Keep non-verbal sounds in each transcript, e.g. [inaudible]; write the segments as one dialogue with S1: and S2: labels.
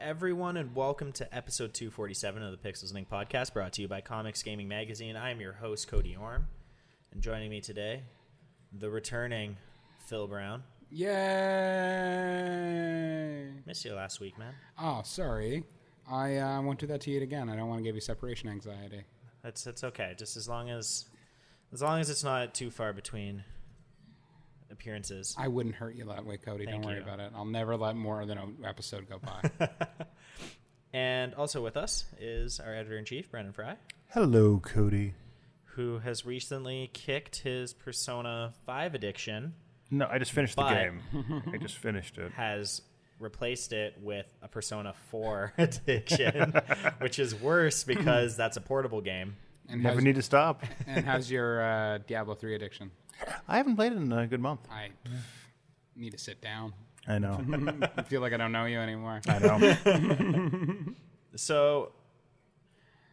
S1: everyone, and welcome to episode 247 of the Pixels Link podcast, brought to you by Comics Gaming Magazine. I am your host, Cody Orm, and joining me today, the returning Phil Brown.
S2: Yay!
S1: Missed you last week, man.
S2: Oh, sorry. I uh, won't do that to you again. I don't want to give you separation anxiety.
S1: That's that's okay. Just as long as as long as it's not too far between appearances.
S2: I wouldn't hurt you that way, Cody.
S1: Thank
S2: don't worry
S1: you.
S2: about it. I'll never let more than an episode go
S3: [laughs]
S2: by.
S1: And also with us is our editor in chief, Brendan Fry,
S3: Hello, Cody.
S1: who has recently kicked his Persona 5 addiction,
S3: No, I just finished
S1: But-
S3: the game. I just
S1: [laughs]
S3: finished it.
S1: has replaced it with a Persona [laughs] 4 addiction, which is worse because that's a portable game.
S2: And
S3: Never
S2: how's,
S3: need to stop.
S2: and how's your uh, Diablo 3 addiction?
S3: I haven't played it in a good month.
S2: I
S3: [sighs]
S2: need to sit down.
S3: I [laughs] know.
S2: I feel like I don't know you anymore.
S3: I [laughs] know.
S1: So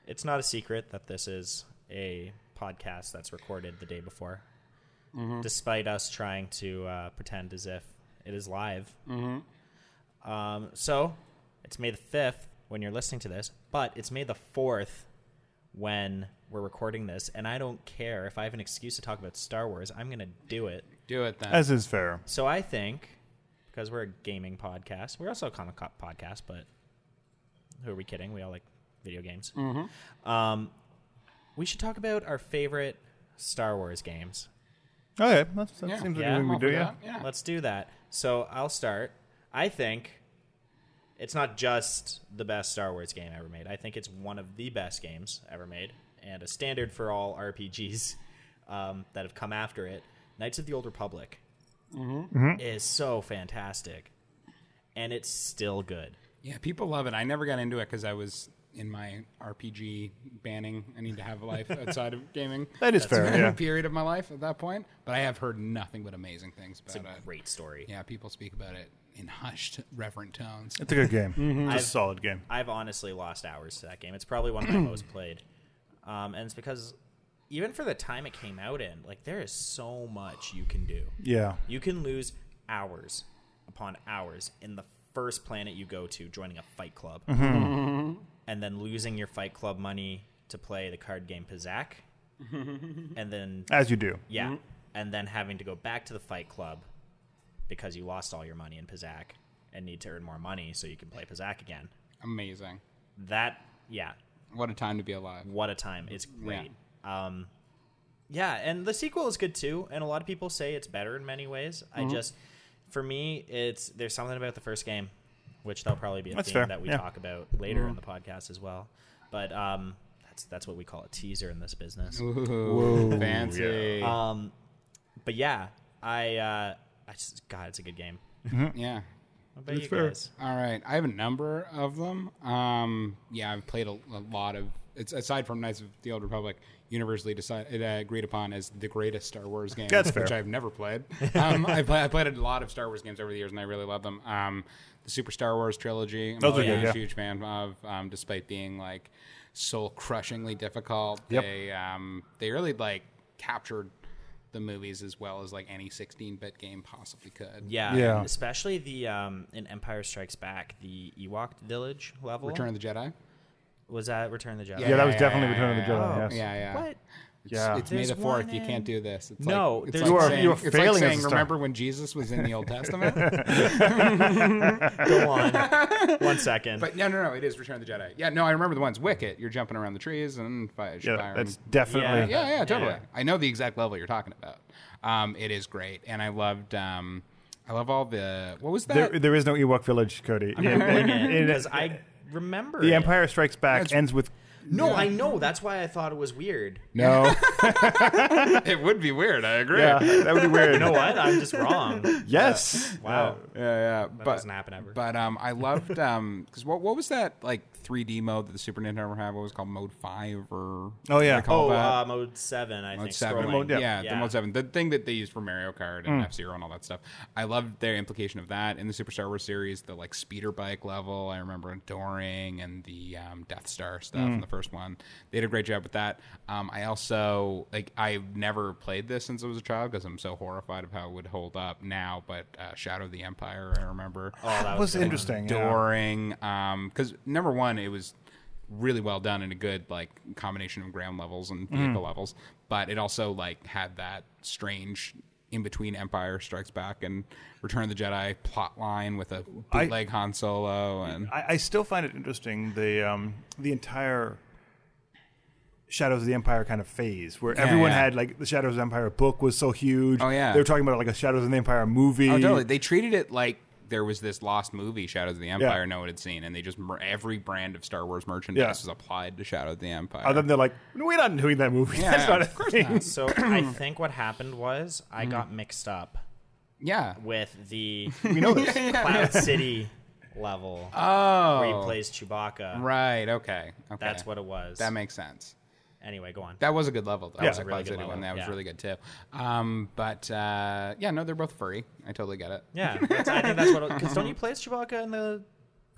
S1: it's not a secret that this is a podcast that's recorded the day before, despite us trying to uh, pretend as if it is live. Um, so it's May the 5th when you're listening to this, but it's May the 4th when we're recording this, and I don't care if I have an excuse to talk about Star Wars, I'm going to do it.
S2: Do it then.
S3: As is fair.
S1: So I think because we're a gaming podcast, we're also a comic cop podcast, but who are we kidding? We all like video games. Um, we should talk about our favorite Star Wars games.
S3: Okay, that's, that
S2: Yeah.
S3: seems like
S1: Yeah,
S3: a
S1: I'm
S3: thing we
S2: All for
S3: do, yeah?
S2: that. yeah.
S1: Let's do that. So I'll start. I think it's not just the best Star Wars game ever made. I think it's one of the best games ever made and a standard for all RPGs um, that have come after it. Knights of the Old Republic is so fantastic. And it's still good.
S2: Yeah, people love it. I never got into it because I was in my RPG banning. I need to have a life outside of gaming.
S3: That is fair,
S2: been a
S3: yeah.
S2: period of my life at that point. But I have heard nothing but amazing things
S1: It's
S2: about it.
S1: a great story.
S2: Yeah, people speak about it in hushed, reverent tones.
S3: It's a
S1: [laughs]
S3: good game. It's
S1: I've-
S3: a solid game.
S1: I've honestly lost hours to that game. It's probably one of my most played, um, and it's because even for the time it came out in, like there is so much you can do.
S3: Yeah.
S1: You can lose hours upon hours in the first planet you go to, joining a fight club, and then losing your fight club money to play the card game Pizak, and then
S3: As you do.
S1: yeah, and then having to go back to the fight club because you lost all your money in Pizak and need to earn more money so you can play Pizak again.
S2: Amazing.
S1: That yeah,
S2: What a time to be alive.
S1: what a time it's great yeah. um yeah and the sequel is good too and a lot of people say it's better in many ways
S3: Mm-hmm.
S1: i just for me it's there's something about the first game which that'll probably be a
S3: That's
S1: theme
S3: fair,
S1: that we
S3: yeah. Mm-hmm.
S1: talk about later in the podcast as well but um that's that's what we call a teaser in this business
S2: Ooh, fancy. Yeah.
S1: um but yeah i uh i just god it's a good game what about
S3: That's
S1: you
S3: fair.
S1: guys
S2: All right. I have a number of them. Um, yeah, I've played a, a lot of. It's aside from Knights of the Old Republic, universally decided, uh, agreed upon as the greatest Star Wars game,
S3: That's fair.
S2: which I've never played. Um, I, play, I played a lot of Star Wars games over the years, and I really love them. Um, the Super Star Wars trilogy, I'm
S3: Those are
S2: always
S3: good,
S2: a
S3: yeah.
S2: huge fan of, um, despite being like soul crushingly difficult.
S3: Yep.
S2: They um, they really like captured the movies as well as like any 16-bit game possibly could.
S1: yeah,
S3: Yeah.
S1: and especially the um in empire strikes back the ewok village level
S2: Return of the Jedi.
S1: was that return of the jedi
S3: Yeah, that was
S2: yeah,
S3: definitely
S2: yeah,
S3: Return of the
S2: yeah,
S3: Jedi,
S1: yeah.
S3: yes.
S2: Yeah, yeah.
S1: what
S2: It's,
S3: Yeah.
S2: it's May
S1: There's
S2: the fourth.
S1: one
S2: You can't
S1: in-
S2: do this. It's
S1: No,
S2: like, it's
S1: there's-
S2: like
S1: You are-
S2: saying,
S3: you are
S2: it's like
S3: failing as
S2: saying,
S3: a star.
S2: Remember when Jesus was in the Old
S3: [laughs]
S2: Testament?
S1: Go on. One second.
S2: but no, no, no. It is Return of the Jedi. Yeah, no, I remember the ones. Wicket. You're jumping around the trees and fire.
S3: Yeah,
S2: fire
S3: that's
S2: and-
S3: definitely.
S2: yeah, yeah, totally.
S1: yeah.
S2: I know the exact level you're talking about. Um, it is great, and I loved. Um, I love all the. What was that?
S3: There, there is no Ewok village, Cody. In- in- in-
S1: because I remember
S3: the
S1: it.
S3: Empire Strikes Back ends with.
S1: No, I know. That's why I thought it was weird.
S2: no. [laughs] it would be weird. I agree.
S3: [laughs] Yeah, that would be
S1: [laughs]
S3: weird.
S1: You know what? I'm just wrong.
S3: Yes.
S1: [laughs] Wow,
S2: yeah, yeah.
S1: that
S2: but
S1: doesn't happen ever.
S2: But um, I loved
S1: [laughs]
S2: um, because what what was that like 3D mode that the Super Nintendo had? What was it called Mode Five or
S3: Oh,
S2: what do
S3: yeah.
S2: they call
S1: oh,
S2: that?
S1: uh, mode seven. I
S2: Mode
S1: think
S2: Seven,
S1: scrolling. Mm.
S3: Mode-
S2: yeah,
S3: yeah.
S2: the Mode Seven, the thing that they used for Mario Kart and F Zero and all that stuff. I loved their implication of that in the Super Star Wars series, the like speeder bike level. I remember adoring Ring and the um, Death Star stuff
S1: Mm.
S2: in the first one. They did a great job with that. Um, I also like I've never played this since I was a child because I'm so horrified of how it would hold up now. But uh, Shadow of the Empire, I remember
S1: Oh, that,
S3: was
S1: good.
S3: interesting. yeah.
S2: adoring. Um, because number one, it was really well done and a good like combination of ground levels
S3: Mm.
S2: and vehicle levels, but it also like had that strange in between Empire Strikes Back and Return of the Jedi plot line with a
S3: I-
S2: bootleg Han Solo and
S3: I, I still find it interesting the um, the entire Shadows of the Empire kind of phase where everyone
S2: yeah.
S3: had like the Shadows of the Empire book was so huge.
S2: Oh, yeah.
S3: they were talking about like a Shadows of the Empire movie.
S2: oh, totally. They treated it like. There was this lost movie, Shadows of the Empire,
S3: Yeah.
S2: no one had seen, and they just mer- every brand of Star Wars merchandise
S3: Yeah.
S2: was applied to Shadow of the Empire.
S3: And then they're like, we're not doing that movie. [laughs]
S2: Yeah,
S3: That's not a
S2: of course
S3: thing.
S2: not. [clears throat]
S1: So I think what happened was I
S2: Mm.
S1: got mixed up
S2: yeah.
S1: with
S2: [laughs]
S1: the
S3: We know this.
S1: Cloud City level
S2: Oh,
S1: where he plays Chewbacca.
S2: right. Okay. Okay.
S1: That's what it was.
S2: that makes sense.
S1: anyway, go on.
S2: That was a good level. Though. That
S3: Yeah.
S2: was a
S1: Really
S2: really
S1: good
S2: good
S1: level,
S2: one. That was
S1: yeah.
S2: really good too. Um, but uh, yeah, no, they're both furry. I totally get it. [laughs]
S1: yeah, that's- I think that's what. Because don't you play as Chewbacca in the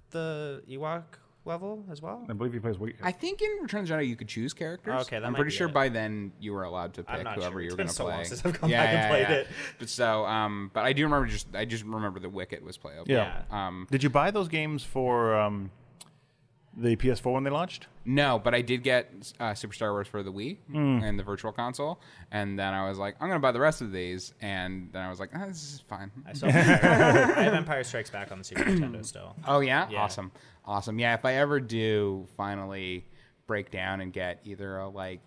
S1: the Ewok level as well?
S3: I believe he plays. Wait-
S2: I think in Return of the Jedi you could choose characters.
S1: Okay, that
S2: I'm
S1: might
S2: pretty
S1: be
S2: sure
S1: it.
S2: by then you were allowed to
S1: I'm
S2: pick
S1: not
S2: whoever
S1: sure.
S2: you
S1: It's
S2: were
S1: been
S2: going to
S1: so
S2: play.
S1: long since I've gone back and played it.
S2: But so, um, but I do remember just I just remember the Wicket was playable.
S3: Yeah.
S2: Um,
S3: Did you buy those games for um, the PS4 when they launched?
S2: no, but I did get uh, Super Star Wars for the Wii
S1: Mm.
S2: and the Virtual Console, and then I was like, I'm going to buy the rest of these, and then I was like, ah, this is fine.
S1: I, still have
S2: [laughs]
S1: Empire, I have Empire Strikes Back on the Super Nintendo still.
S2: Oh yeah?
S1: Yeah.
S2: awesome, awesome. Yeah, if I ever do finally break down and get either a like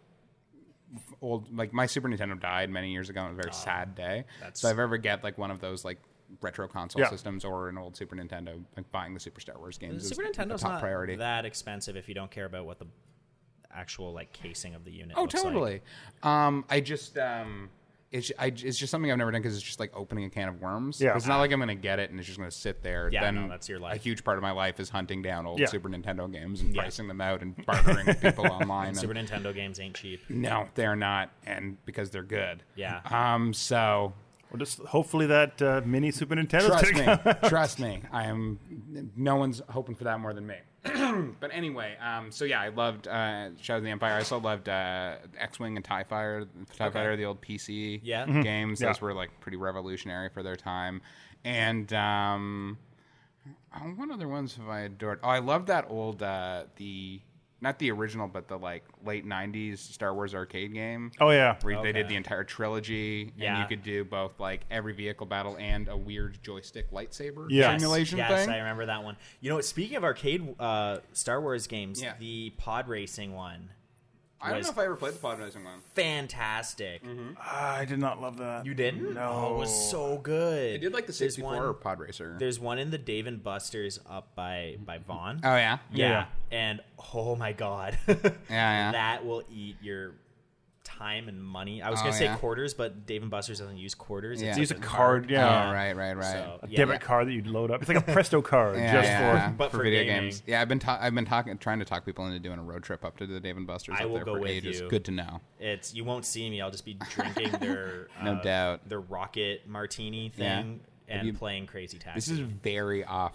S2: f- old like my Super Nintendo died many years ago on a very sad day,
S1: Ah, that's-
S2: so if I ever get like one of those like retro console
S3: Yeah.
S2: systems or an old Super Nintendo, like buying the Super Star Wars
S1: The
S2: games is
S1: Super
S2: the
S1: Nintendo's
S2: top
S1: not
S2: priority.
S1: that expensive if you don't care about what the actual like casing of the unit.
S2: Oh,
S1: looks like.
S2: totally. Um, I just um, it's I, it's just something I've never done because it's just like opening a can of worms.
S3: Yeah.
S2: it's not like I'm gonna get it and it's just gonna sit there.
S1: Yeah,
S2: then
S1: no, that's your life.
S2: A huge part of my life is hunting down old
S3: Yeah.
S2: Super Nintendo games and
S1: Yeah.
S2: pricing them out and bartering
S1: [laughs]
S2: with people online. and-
S1: Super Nintendo games ain't cheap.
S2: no, they're not, and because they're good.
S1: Yeah.
S2: Um. So
S3: Well, just hopefully that uh, mini Super Nintendo.
S2: trust me, trust me. I am. No one's hoping for that more than me. [clears throat] but anyway, um, so yeah, I loved uh, Shadows of the Empire. I also loved uh, X Wing and Tie Fighter, Tie Fighter, the old PC
S1: Yeah. Mhm.
S2: games.
S3: Mm-hmm. Yeah.
S2: Those were like pretty revolutionary for their time. And um, oh, what other ones have I adored? Oh, I loved that old uh, the not the original, but the like late '90s Star Wars arcade game.
S3: [laughs] Oh yeah.
S2: Where they did
S1: Okay.
S2: the entire trilogy, and
S1: Yeah.
S2: you could do both like every vehicle battle and a weird joystick lightsaber
S3: Yeah.
S1: Yes,
S2: [laughs] simulation
S1: yes,
S2: thing.
S1: I remember that one. You know, speaking of arcade uh, Star Wars games,
S2: Yeah.
S1: the pod racing one,
S2: I don't
S1: was-
S2: know if I ever played the pod racing one.
S1: fantastic.
S2: Mm-hmm.
S3: Ah, I did not love that.
S1: You didn't?
S3: No.
S1: oh, it was so good.
S2: I did like the
S1: There's
S2: 64
S1: one-
S2: pod racer.
S1: There's one in the Dave and Buster's up by by Vaughn.
S2: Oh yeah,
S1: yeah. and oh my god, [laughs]
S2: yeah.
S1: that will eat your time and money. I was
S2: Oh,
S1: gonna say
S2: yeah.
S1: quarters, but Dave and Buster's doesn't use quarters.
S2: Yeah.
S1: It's
S2: They use
S3: It's a
S1: just
S3: card. Yeah.
S2: Oh, right, right, right.
S1: So, yeah,
S3: Debit
S1: yeah.
S3: card that you'd load up. It's like a Presto
S2: [laughs]
S3: card
S2: Yeah,
S3: just
S2: yeah, yeah.
S3: for.
S1: but for gaming.
S2: Yeah, I've been ta- I've been talking trying to talk people into doing a road trip up to the Dave and Buster's.
S1: I
S2: up
S1: will
S2: there
S1: go
S2: for
S1: with
S2: ages.
S1: you.
S2: Good to know.
S1: It's you won't see me. I'll just be drinking [laughs] their
S2: No
S1: uh,
S2: doubt.
S1: their rocket martini
S2: Yeah.
S1: thing
S2: Have
S1: and
S2: you-
S1: playing Crazy Taxi.
S2: This is very
S3: [laughs]
S2: off.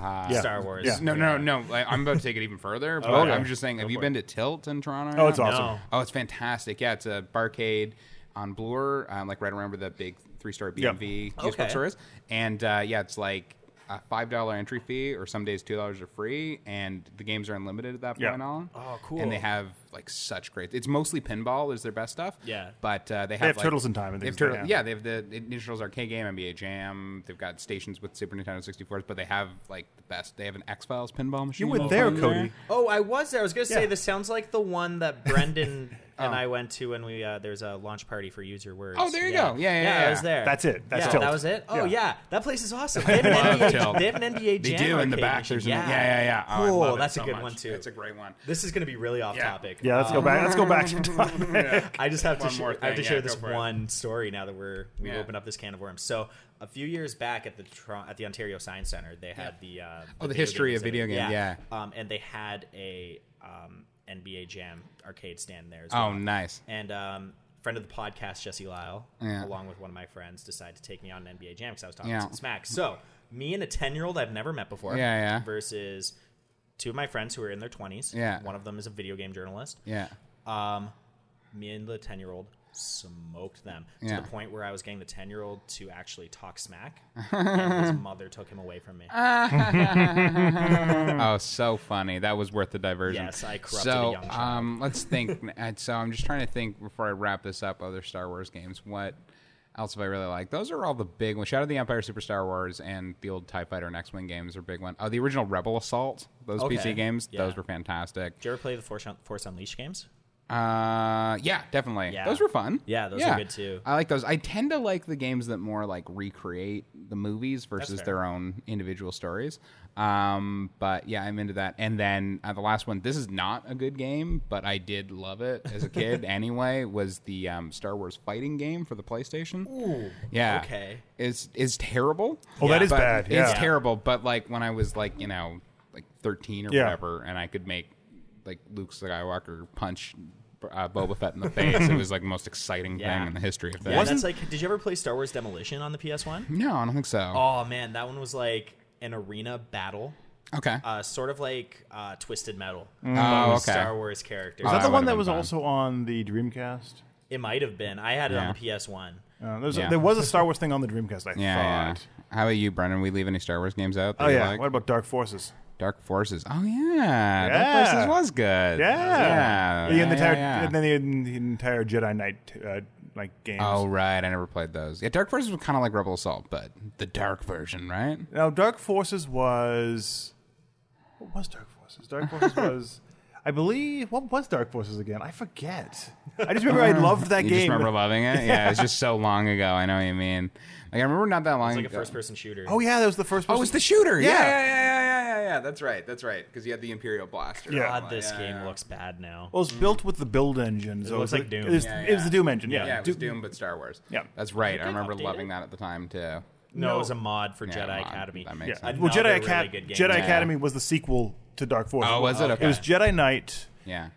S2: Uh,
S3: Yeah.
S1: Star Wars. Oh,
S3: Yeah.
S2: No, no, no. Like, I'm about to take it even
S1: [laughs]
S2: further. But
S3: okay.
S2: I'm just saying, have
S1: Go
S2: you
S1: for
S2: been to Tilt in Toronto?
S3: Oh, it's
S2: yet?
S3: awesome.
S1: No.
S2: Oh, it's fantastic. Yeah, it's a barcade on Bloor, um, like right around where the big three-story
S3: Yep.
S2: B&B used
S1: Okay.
S2: bookstore is. And uh, yeah, it's like a $5 entry fee, or some days $2 are free, and the games are unlimited at that
S3: Yeah.
S2: point on.
S1: Oh, cool.
S2: And they have like such great... It's mostly pinball is their best stuff.
S1: Yeah.
S2: But uh, they have,
S3: have
S2: like-
S3: Turtles in Time and
S2: They have
S3: things like
S2: Turtle-
S3: that.
S2: yeah, they have the Nintendo's arcade game, NBA Jam. They've got stations with Super Nintendo 64s, but they have like the best. They have an X Files pinball machine.
S3: You went
S2: built
S3: there,
S2: in
S3: Cody.
S1: Oh, I was there. I was gonna say
S3: Yeah.
S1: this sounds like the one that [laughs] Brendan and I went to when we uh, there's a launch party for user words.
S2: Oh, there you go. Yeah, yeah,
S1: I
S2: yeah.
S1: was there.
S3: That's it. That's
S1: yeah,
S3: Tilt.
S1: That was it. Oh
S3: Yeah.
S1: yeah, that place is
S2: [laughs]
S1: awesome. They have an
S2: Love
S1: NBA.
S2: Tilt.
S1: They have an NBA
S2: They
S1: jam.
S2: do in the
S1: arcade
S2: back.
S1: machine.
S2: There's an-
S1: yeah,
S2: yeah, yeah, yeah. Oh, I
S1: Cool.
S2: love it
S1: that's
S2: so
S1: a good
S2: much.
S1: one too.
S2: It's a great one.
S1: This is gonna be really off
S2: Yeah.
S1: topic. Uh,
S3: Yeah, let's go back. Let's go back.
S2: [laughs]
S3: to-
S1: I just have to
S2: One
S1: sh-
S2: more
S1: I have to
S2: thing,
S1: share
S2: yeah,
S1: this
S2: go for it.
S1: one story now that we're we
S2: Yeah.
S1: opened up this can of worms. So a few years back at the Tro- at the Ontario Science Center, they had the uh,
S2: Oh, the
S1: video
S2: history
S1: game
S2: of video
S1: exhibit.
S2: game,
S1: Um, and they had a um, NBA Jam arcade stand there. As well.
S2: Oh, nice.
S1: And um, friend of the podcast, Jesse Lyle,
S2: Yeah.
S1: along with one of my friends, decided to take me on an NBA Jam because I was talking
S2: Yeah.
S1: some smack. So me and a ten year old I've never met before,
S2: Yeah, yeah.
S1: versus. two of my friends who are in their 20s.
S2: Yeah.
S1: One of them is a video game journalist.
S2: Yeah.
S1: Um, me and the 10 year old smoked them to
S2: Yeah.
S1: the point where I was getting the 10 year old to actually talk
S2: [laughs]
S1: smack. and his mother took him away from me.
S2: Uh, Oh, so funny. That was worth the diversion.
S1: Yes, I corrupted
S2: so,
S1: a young child. [laughs]
S2: Um, let's think. And so I'm just trying to think before I wrap this up. Other Star Wars games. What else have I really liked? Those are all the big ones. Shadow of the Empire, Super Star Wars, and the old Tie Fighter and X Wing games are big one. Oh, the original Rebel Assault. Those
S1: Okay.
S2: PC games.
S1: Yeah.
S2: Those were fantastic.
S1: Did you ever play the Force, Un- Force Unleashed games?
S2: Uh, yeah, definitely.
S1: Yeah.
S2: Those were fun.
S1: Yeah, those are good too.
S2: I like those. I tend to like the games that more like recreate the movies versus
S1: fair.
S2: their own individual stories. Um, but yeah, I'm into that. And then uh, the last one, this is not a good game, but I did love it as
S1: [laughs]
S2: a kid anyway, was the um, Star Wars fighting game for the PlayStation.
S1: Ooh.
S2: Yeah.
S1: Okay.
S2: It's it's terrible.
S3: Oh, that
S1: Yeah,
S3: is
S2: but
S3: bad. Yeah.
S2: It's terrible. But like when I was like you know like thirteen or
S3: Yeah.
S2: whatever, and I could make like Luke Skywalker punch uh, Boba Fett in the face. it was like the most exciting
S1: Yeah.
S2: thing in the history of
S1: Yeah,
S2: things.
S1: that's like. Did you ever play Star Wars Demolition on the
S2: [laughs]
S1: PS1?
S2: No, I don't think so.
S1: Oh man, that one was like an arena battle,
S2: okay.
S1: uh, sort of like uh, Twisted Metal. Uh,
S2: Oh,
S1: with
S2: okay.
S1: Star Wars characters.
S3: Is that
S2: that
S3: the one
S2: would've
S3: that
S2: been
S3: was
S2: fun.
S3: also on the Dreamcast?
S1: it might have been. I had it
S2: Yeah.
S1: on the PS1.
S3: Uh, there's
S2: Yeah.
S3: there was a Star Wars thing on the Dreamcast. I
S2: [laughs] yeah, yeah.
S3: thought.
S2: How about you, Brennan? We leave any Star Wars games out? that
S3: Oh
S2: you
S3: yeah.
S2: like?
S3: What about Dark Forces?
S2: Dark Forces. Oh yeah, Dark
S3: Yeah.
S2: Forces was good. yeah,
S3: Yeah. The
S2: yeah,
S3: entire
S2: yeah.
S3: and then the, the entire Jedi Knight uh, like games.
S2: Oh right, I never played those. Yeah, Dark Forces was kind of like Rebel Assault, but the dark version, right?
S3: Now, Dark Forces was what was Dark Forces?
S2: [laughs]
S3: Dark Forces was, I believe, what was Dark Forces again? I forget.
S2: [laughs]
S3: I just remember I loved that
S2: you
S3: game.
S2: just remember loving it? Yeah, it's just so long ago. I know what you mean. Like I remember not that long
S1: It's like a
S2: ago.
S1: first-person shooter.
S3: oh yeah, that was the first.
S2: Oh,
S3: person-
S2: it's the shooter. Yeah,
S3: Yeah.
S2: yeah, yeah, yeah, yeah, yeah. yeah. That's right. That's right. Because you had the Imperial Blaster.
S3: Yeah.
S1: God, this
S2: Oh, Yeah,
S1: game
S2: yeah.
S1: looks bad now.
S3: Well, it's built with the build engine. So
S1: looks
S3: it's
S1: like Doom.
S3: It was,
S2: Yeah,
S3: it was
S2: yeah.
S3: the Doom engine. Yeah,
S2: Yeah, it was Doom, but Star Wars.
S3: Yeah.
S2: that's right. I
S1: Did they
S2: remember
S1: update
S2: loving
S1: it?
S2: that at the time too.
S1: no,
S3: no.
S1: it was a mod for
S2: Yeah,
S1: Jedi
S2: mod.
S1: Academy.
S2: That
S3: Yeah.
S2: makes sense.
S3: Well,
S1: Another
S3: Jedi,
S1: really
S3: Acad-
S1: good game.
S3: Jedi
S1: Yeah.
S3: Academy was the sequel to Dark Forces.
S2: Oh, was it? Okay.
S3: It was Jedi Knight.
S2: Yeah.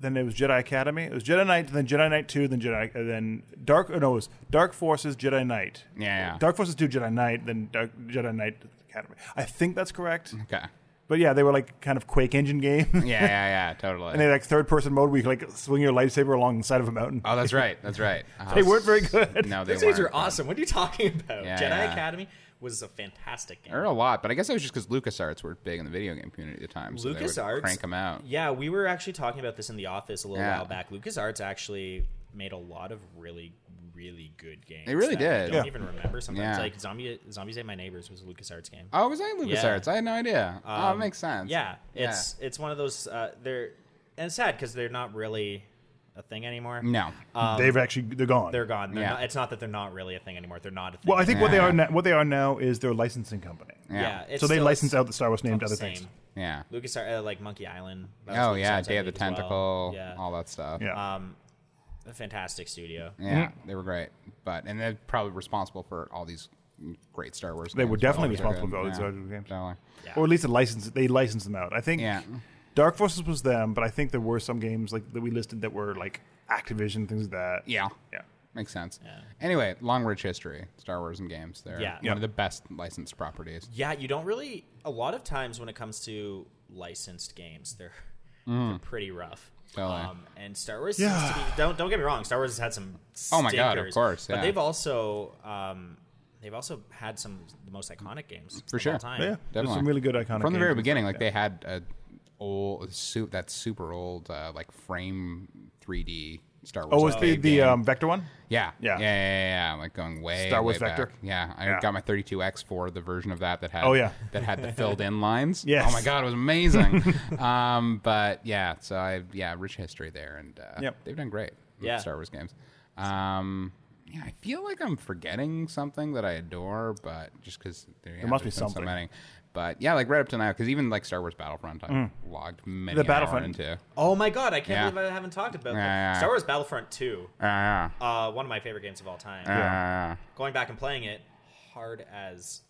S3: Then it was Jedi Academy. It was Jedi Knight. Then Jedi Knight Two. Then Jedi. uh, Then Dark. oh, No, it was Dark Forces. Jedi Knight.
S2: Yeah, yeah.
S3: Dark Forces Two. Jedi Knight. Then Dark, Jedi Knight Academy. I think that's correct.
S2: Okay.
S3: But yeah, they were like kind of Quake engine game. [laughs] and
S2: Yeah, yeah, [laughs] yeah. Totally.
S3: they had like third person mode where you could like swing your lightsaber along the side of a mountain.
S2: oh, that's right. That's right. Oh,
S3: [laughs] They weren't very good.
S2: No, they
S1: These games
S2: weren't.
S1: are awesome. What are you talking about?
S2: Yeah,
S1: Jedi
S2: yeah.
S1: Academy was a fantastic game.
S2: There are a lot, but I guess it was just because LucasArts were big in the video game community at the time. So they would
S1: LucasArts
S2: crank them out.
S1: Yeah, we were actually talking about this in the office a little
S2: Yeah.
S1: while back. LucasArts actually made a lot of really, really good games.
S2: They really
S1: that I
S2: did.
S1: don't
S3: Yeah.
S1: even remember sometimes.
S2: Yeah.
S1: Like Zombie Zombies Ate My Neighbors was a LucasArts game.
S2: Oh, was I LucasArts? I had no idea. oh, it
S1: Um,
S2: makes sense.
S1: Yeah, it's it's one of those. Uh, they're and it's sad because they're not really a thing anymore.
S2: no.
S3: They've actually they're gone.
S1: They're gone. They're
S2: Yeah.
S1: not, it's not that they're not really a thing anymore. They're not a thing.
S3: well, I think what they
S2: Yeah.
S3: are now, what they are now is their licensing company.
S2: Yeah.
S1: yeah. it's
S3: so they
S1: still-
S3: license
S1: it's
S3: out the Star Wars name to
S1: not
S3: other
S1: the
S3: things.
S1: same.
S2: Yeah.
S1: LucasArts, uh, like Monkey Island. that
S2: Oh
S1: was
S2: yeah,
S1: LucasArts, I
S2: Day of the
S1: think, as well.
S2: Tentacle,
S1: Yeah,
S2: all that stuff.
S3: Yeah. Mm-hmm.
S1: um, a fantastic studio.
S2: Yeah, they were great. But and they're probably responsible for all these great Star Wars.
S3: They were
S2: games,
S3: definitely
S2: so they're
S3: responsible
S2: good.
S3: for all these
S2: Yeah.
S3: Star Wars games.
S2: Totally.
S1: Yeah.
S3: Or at least a license they licensed them out. I think
S2: Yeah.
S3: Dark Forces was them, but I think there were some games like that we listed that were like Activision things like that.
S2: Yeah.
S3: Yeah.
S2: Makes sense. Anyway, long rich history, Star Wars and games. They're
S1: Yeah.
S2: one
S3: Yeah.
S2: of the best licensed properties.
S1: Yeah, you don't really. A lot of times when it comes to licensed games, they're, [laughs] they're pretty rough.
S2: Mm.
S1: Um,
S2: Totally.
S1: and Star Wars
S3: Yeah.
S1: seems to be. Don't don't get me wrong. Star Wars has had some. Stinkers,
S2: Oh my God, of course, yeah.
S1: But they've also um, they've also had some of the most iconic games
S2: For
S1: of
S2: sure.
S1: All time.
S3: Yeah. There's
S2: Definitely.
S3: some really good iconic
S2: From the very
S3: games.
S2: beginning, like they had a old soup that super old uh, like frame 3D Star Wars.
S3: Oh, was the,
S2: arcade
S3: the
S2: game.
S3: um, Vector one?
S2: Yeah.
S3: Yeah.
S2: Yeah. Yeah. Yeah. yeah. I'm like going way.
S3: Star Wars
S2: way back.
S3: Vector.
S2: Yeah. I
S3: Yeah.
S2: got my 32X for the version of that that had.
S3: Oh, yeah.
S2: That had the filled in lines.
S3: [laughs] Yes.
S2: Oh my God, it was amazing.
S3: [laughs]
S2: um, but yeah, so I yeah, rich history there, and uh,
S3: Yep.
S2: they've done great. with
S1: Yeah.
S2: Star Wars games. Um. Yeah, I feel like I'm forgetting something that I adore, but just because there, yeah,
S3: must
S2: there's
S3: be
S2: been
S3: something.
S2: So many. But yeah, like right up to now, because even like Star Wars Battlefront, I have logged many
S3: Mm.
S2: an
S3: The
S2: hour
S3: Battlefront.
S2: into. Yeah,
S1: Oh my god, I can't
S2: Yeah.
S1: believe I haven't talked about that.
S2: Yeah, yeah.
S1: Star Wars Battlefront Two.
S2: yeah,
S1: Uh, one of my favorite games of all time.
S2: yeah, yeah,
S1: Going back and playing it, hard as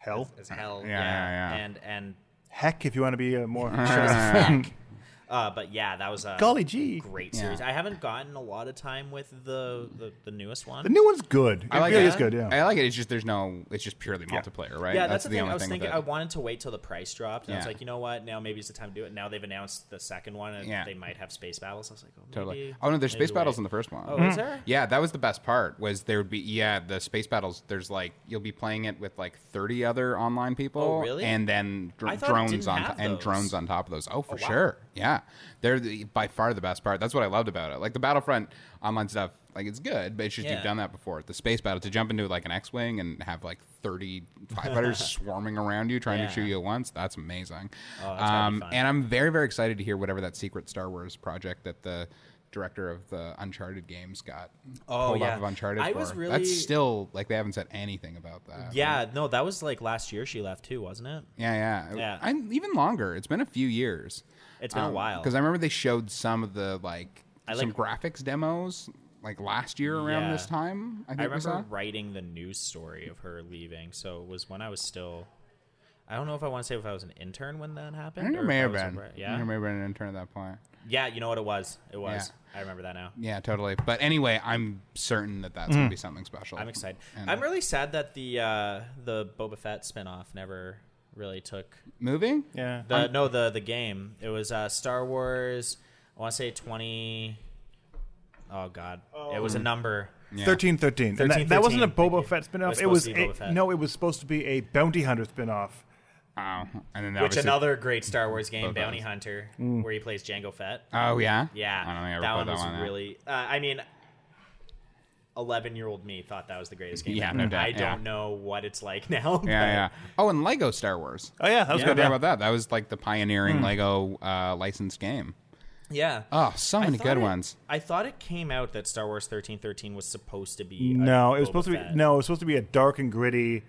S3: Hell.
S1: as hell.
S2: Yeah, yeah, yeah.
S1: And and
S3: uh,
S2: [laughs]
S3: Heck, if you want to be a more.
S2: yeah.
S1: Uh, but yeah, that was a
S3: Golly gee.
S1: great series. I haven't gotten a lot of time with the the, the newest one.
S3: The new one's good. It
S2: I like
S3: really
S2: it.
S3: is good, yeah.
S2: I like it. It's just there's no. It's just purely multiplayer, right?
S1: yeah, that's, the, thing.
S2: only
S1: I was
S2: thing with
S1: thinking
S2: it.
S1: I wanted to wait till the price dropped. And I was
S2: Yeah.
S1: like, you know what? Now maybe it's the time to do it. Now they've announced the second one, and
S2: Yeah.
S1: they might have space battles. I was like, oh,
S2: Totally.
S1: maybe-
S2: Oh no, there's
S1: maybe
S2: space battles
S1: wait.
S2: in the first one.
S1: Oh,
S3: Hmm.
S1: is there?
S2: Yeah, that was the best part. Was there would be yeah the space battles. There's like you'll be playing it with like 30 other online people.
S1: Oh, really?
S2: And then dr-
S1: I thought it
S2: drones
S1: didn't
S2: on
S1: have
S2: and
S1: those.
S2: drones on top of those. Oh, for
S1: Oh, wow.
S2: sure. Yeah, they're the, by far the best part. That's what I loved about it. Like the Battlefront online stuff, like it's good, but it's just
S1: Yeah.
S2: you've done that before. The space battle to jump into like an X-wing and have like [laughs] 30
S1: [laughs]
S2: firefighters swarming around you trying
S1: Yeah.
S2: to shoot you at once. That's amazing.
S1: Oh, that's gotta be
S2: Um,
S1: fun.
S2: and I'm very, very excited to hear whatever that secret Star Wars project that the director of the Uncharted games got
S1: Oh,
S2: pulled
S1: yeah.
S2: off of Uncharted.
S1: I
S2: for.
S1: was really-
S2: That's still like they haven't said anything about that.
S1: Yeah, no, that was like last year she left too, wasn't it?
S2: yeah, yeah.
S1: Yeah.
S2: I'm even longer. It's been a few years.
S1: It's been a while.
S2: because I remember they showed some of the like
S1: I
S2: some
S1: like-
S2: graphics demos like last year around
S1: Yeah.
S2: this time. I, think
S1: I
S2: we saw.
S1: remember writing the news story of her leaving, so it was when I was still. I don't know if I want to say if I was an intern when that
S2: I
S1: happened.
S2: think
S1: or
S2: it
S1: if
S2: may
S1: I
S2: have
S1: was a
S2: been.
S1: re-
S2: I think it
S1: Yeah,
S2: may have been an intern at that point.
S1: yeah, you know what it was. It was. I remember that now.
S2: Yeah, totally. But anyway, I'm certain that that's gonna be something special.
S1: Mm. I'm excited.
S2: And-
S1: I'm really sad that the uh, the Boba Fett spinoff never really took.
S2: Moving?
S3: yeah.
S1: The no the the game. It was uh, Star Wars. I want to say twenty. Oh God, it was a number.
S2: Yeah.
S3: 1313. And that, that
S1: 13,
S3: wasn't a
S1: thank you.
S3: Boba Fett
S1: It
S3: spinoff.
S1: was
S3: It
S1: supposed
S3: was,
S1: to be
S3: a-
S1: Boba Fett.
S3: no, it was supposed to be a bounty hunter spinoff.
S2: Oh, and then
S1: Which
S2: obviously-
S1: another great Star Wars game,
S2: Boba
S1: Bounty
S2: Fett.
S1: Hunter, where he plays Django Fett.
S2: Oh yeah,
S1: Yeah,
S2: I don't think I ever
S1: that
S2: played
S1: one
S2: that
S1: was
S2: one. yeah.
S1: really. Uh, I mean, eleven-year-old me thought that was the greatest game.
S2: Yeah,
S1: ever.
S2: no doubt,
S1: I
S2: yeah.
S1: don't know what it's like [laughs] now. but-
S2: Yeah, yeah. Oh, and Lego Star Wars.
S3: Oh, yeah. That was
S1: Yeah.
S2: Forgot
S3: good. Yeah.
S2: about that. That was like the pioneering Lego uh, licensed game.
S1: yeah.
S2: Oh, so
S1: I
S2: many
S1: thought
S2: good
S1: it-
S2: ones.
S1: I thought it came out that Star Wars thirteen thirteen was supposed to be. a
S3: No, it was
S1: Boba
S3: supposed to
S1: Fett.
S3: be no, it was supposed to be a dark and gritty,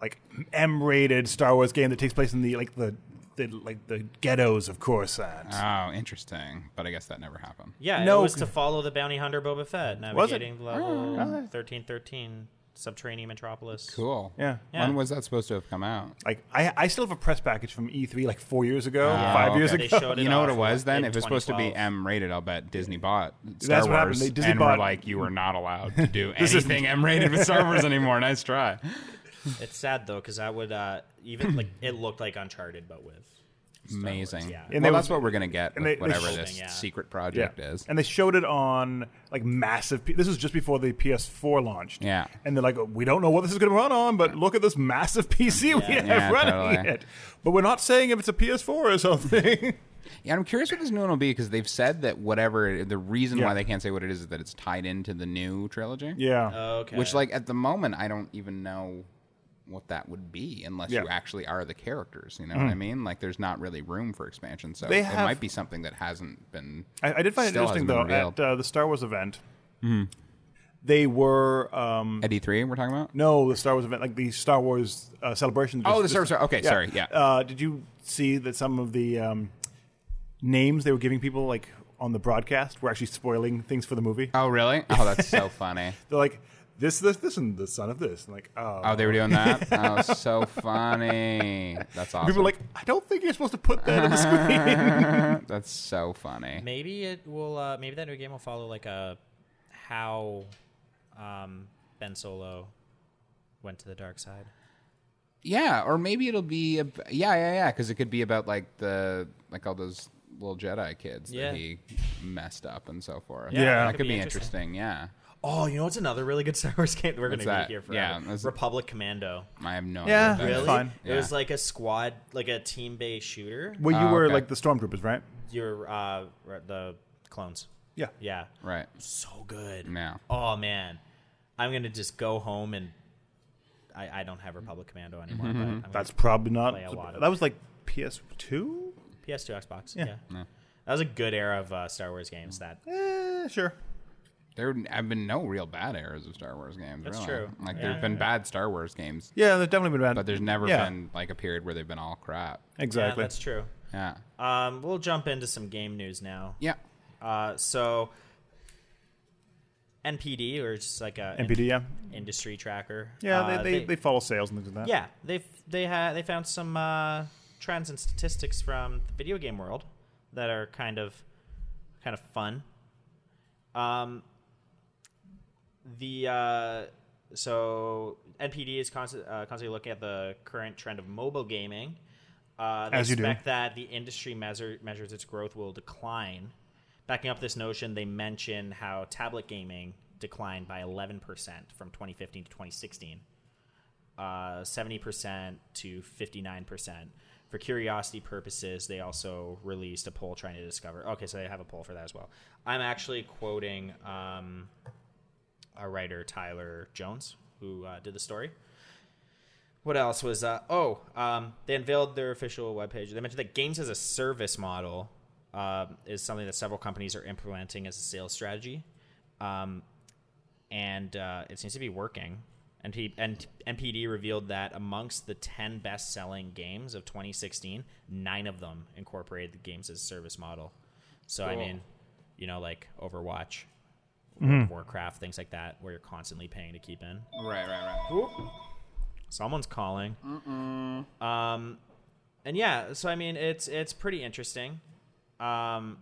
S3: like M-rated Star Wars game that takes place in the like the, the like the ghettos of Coruscant.
S2: Oh, interesting. But I guess that never happened.
S1: Yeah, it
S3: No.
S1: was to follow the bounty hunter Boba Fett
S3: Was it?
S1: navigating level thirteen thirteen subterranean metropolis.
S2: Cool.
S3: Yeah.
S1: Yeah.
S2: When was that supposed to have come out?
S3: like I, I still have a press package from E3 like four years ago,
S2: Oh,
S3: five years
S2: okay.
S1: They
S3: ago.
S1: showed it
S2: [laughs] You know what
S1: off
S2: it was
S1: in
S2: then? If it's supposed to be
S1: 2012.
S2: M rated, I'll bet Disney bought Star
S3: That's what happened.
S2: Wars
S3: They- Disney
S2: and
S3: bought-
S2: were like, you were not allowed to do
S3: This is-
S2: anything M rated with Star Wars anymore. Nice try.
S1: It's sad though because I would uh, even like it looked like Uncharted, but with Star Wars,
S2: Amazing.
S1: yeah.
S3: And
S2: well,
S3: they-
S2: that's what we're gonna get with
S3: and they- they
S2: whatever
S3: sh-
S2: this
S1: Yeah.
S2: secret
S3: Yeah.
S2: project is.
S3: And they showed it on like massive. P- this was just before the PS4 launched.
S2: Yeah.
S3: And they're like, we don't know what this is going to run on, but look at this massive PC we have
S2: Yeah,
S3: running
S2: totally.
S3: it. But we're not saying if it's a PS4 or something.
S2: Yeah, I'm curious what this new one will be because they've said that whatever the reason
S3: Yeah.
S2: why they can't say what it is is that it's tied into the new trilogy.
S3: [laughs] yeah.
S1: Okay.
S2: Which, like, at the moment, I don't even know what that would be unless
S3: Yeah. Mm-hmm.
S2: you actually are the characters. You know what I mean? Like, there's not really room for expansion, so
S3: They
S2: it
S3: have-
S2: might be something that hasn't been.
S3: I, I did find it
S2: still hasn't
S3: interesting
S2: been
S3: though
S2: revealed. Mm-hmm.
S3: at uh, the Star Wars event. They were um,
S2: At E3, we're talking about.
S3: no the Star Wars event like the Star Wars uh, celebration.
S2: Oh, the
S3: just-
S2: Star Wars.
S3: just-
S2: Okay, sorry. Yeah.
S3: Uh, did you see that some of the um, names they were giving people like on the broadcast were actually spoiling things for the movie?
S2: oh, really? Oh, that's so funny.
S3: They're like this, this, this, and the son of this. And like, oh,
S2: Oh, they were doing
S3: [laughs]
S2: that. Oh, so funny. That's awesome.
S3: people are like, I don't think you're supposed to put that in
S2: [laughs]
S3: the screen. [laughs]
S2: that's so funny.
S1: maybe it will. Uh, maybe that new game will follow like a how um, Ben Solo went to the dark side.
S2: Yeah, or maybe it'll be ab yeah, yeah, yeah, because it could be about like the like all those little Jedi kids
S1: Yeah.
S2: that he messed up and so forth.
S1: Yeah, Yeah.
S2: that could, be, interesting. Yeah,
S1: Oh, you know what's another really good [laughs] Star Wars game? We're going to
S2: What's
S1: be
S2: that?
S1: here for
S2: Yeah,
S1: yeah,
S2: that's-
S1: Republic Commando.
S2: I have no idea.
S3: Yeah.
S2: what that
S1: Really?
S2: is.
S3: fun.
S1: It was
S2: Yeah.
S1: like a squad, like a team-based shooter.
S3: well, you
S2: Oh,
S3: were
S2: okay.
S3: like the stormtroopers, right?
S1: You're uh, the clones.
S3: Yeah.
S1: Yeah.
S2: right?
S1: so good.
S2: Yeah.
S1: Oh man, I'm gonna just go home and I, I don't have Republic Commando anymore. But I'm
S3: That's probably not.
S1: Play a lot of-
S3: That was like PS2.
S1: gonna- PS2, Xbox. Yeah. That was a good era of uh, Star Wars games. That
S3: Eh, sure.
S2: There have been no real bad eras of Star Wars games.
S1: That's
S2: really.
S1: true.
S2: Like
S1: Yeah,
S2: there
S1: yeah,
S2: have been
S1: yeah.
S2: bad Star Wars games,
S3: Yeah, there's definitely been bad.
S2: but there's never
S3: Yeah.
S2: been like a period where they've been all crap.
S1: yeah,
S3: exactly.
S1: that's true.
S2: Yeah,
S1: Um, we'll jump into some game news now.
S2: yeah.
S1: Uh, so NPD or just like a in-
S3: NPD, yeah.
S1: industry tracker.
S3: Yeah,
S1: uh,
S3: they, they, they follow sales and things like that.
S1: Yeah, they they had they found some uh, trends and statistics from the video game world that are kind of kind of fun. Um, the uh, so NPD is const- uh, constantly looking at the current trend of mobile gaming. Uh, they
S3: As you do.
S1: expect that the industry measure- measures its growth will decline. Backing up this notion, they mention how tablet gaming declined by 11% from 2015 to 2016 seventy percent to fifty nine percent. For curiosity purposes, they also released a poll trying to discover. Okay, so they have a poll for that as well. I'm actually quoting um, a writer, Tyler Jones, who uh, did the story. What else was? Uh, oh, um, they unveiled their official webpage. They mentioned that games as a service model um is something that several companies are implementing as a sales strategy. Um, and uh, it seems to be working. And, he, and NPD revealed that amongst the 10 best selling games of 2016, nine of them incorporated the games as a service model. So, I
S2: Cool.
S1: mean, you know, like Overwatch, World of Warcraft, things like that, where you're constantly paying to keep in.
S2: Right, right, right.
S1: Someone's calling. Um, and yeah, so I mean, it's it's pretty interesting. Um,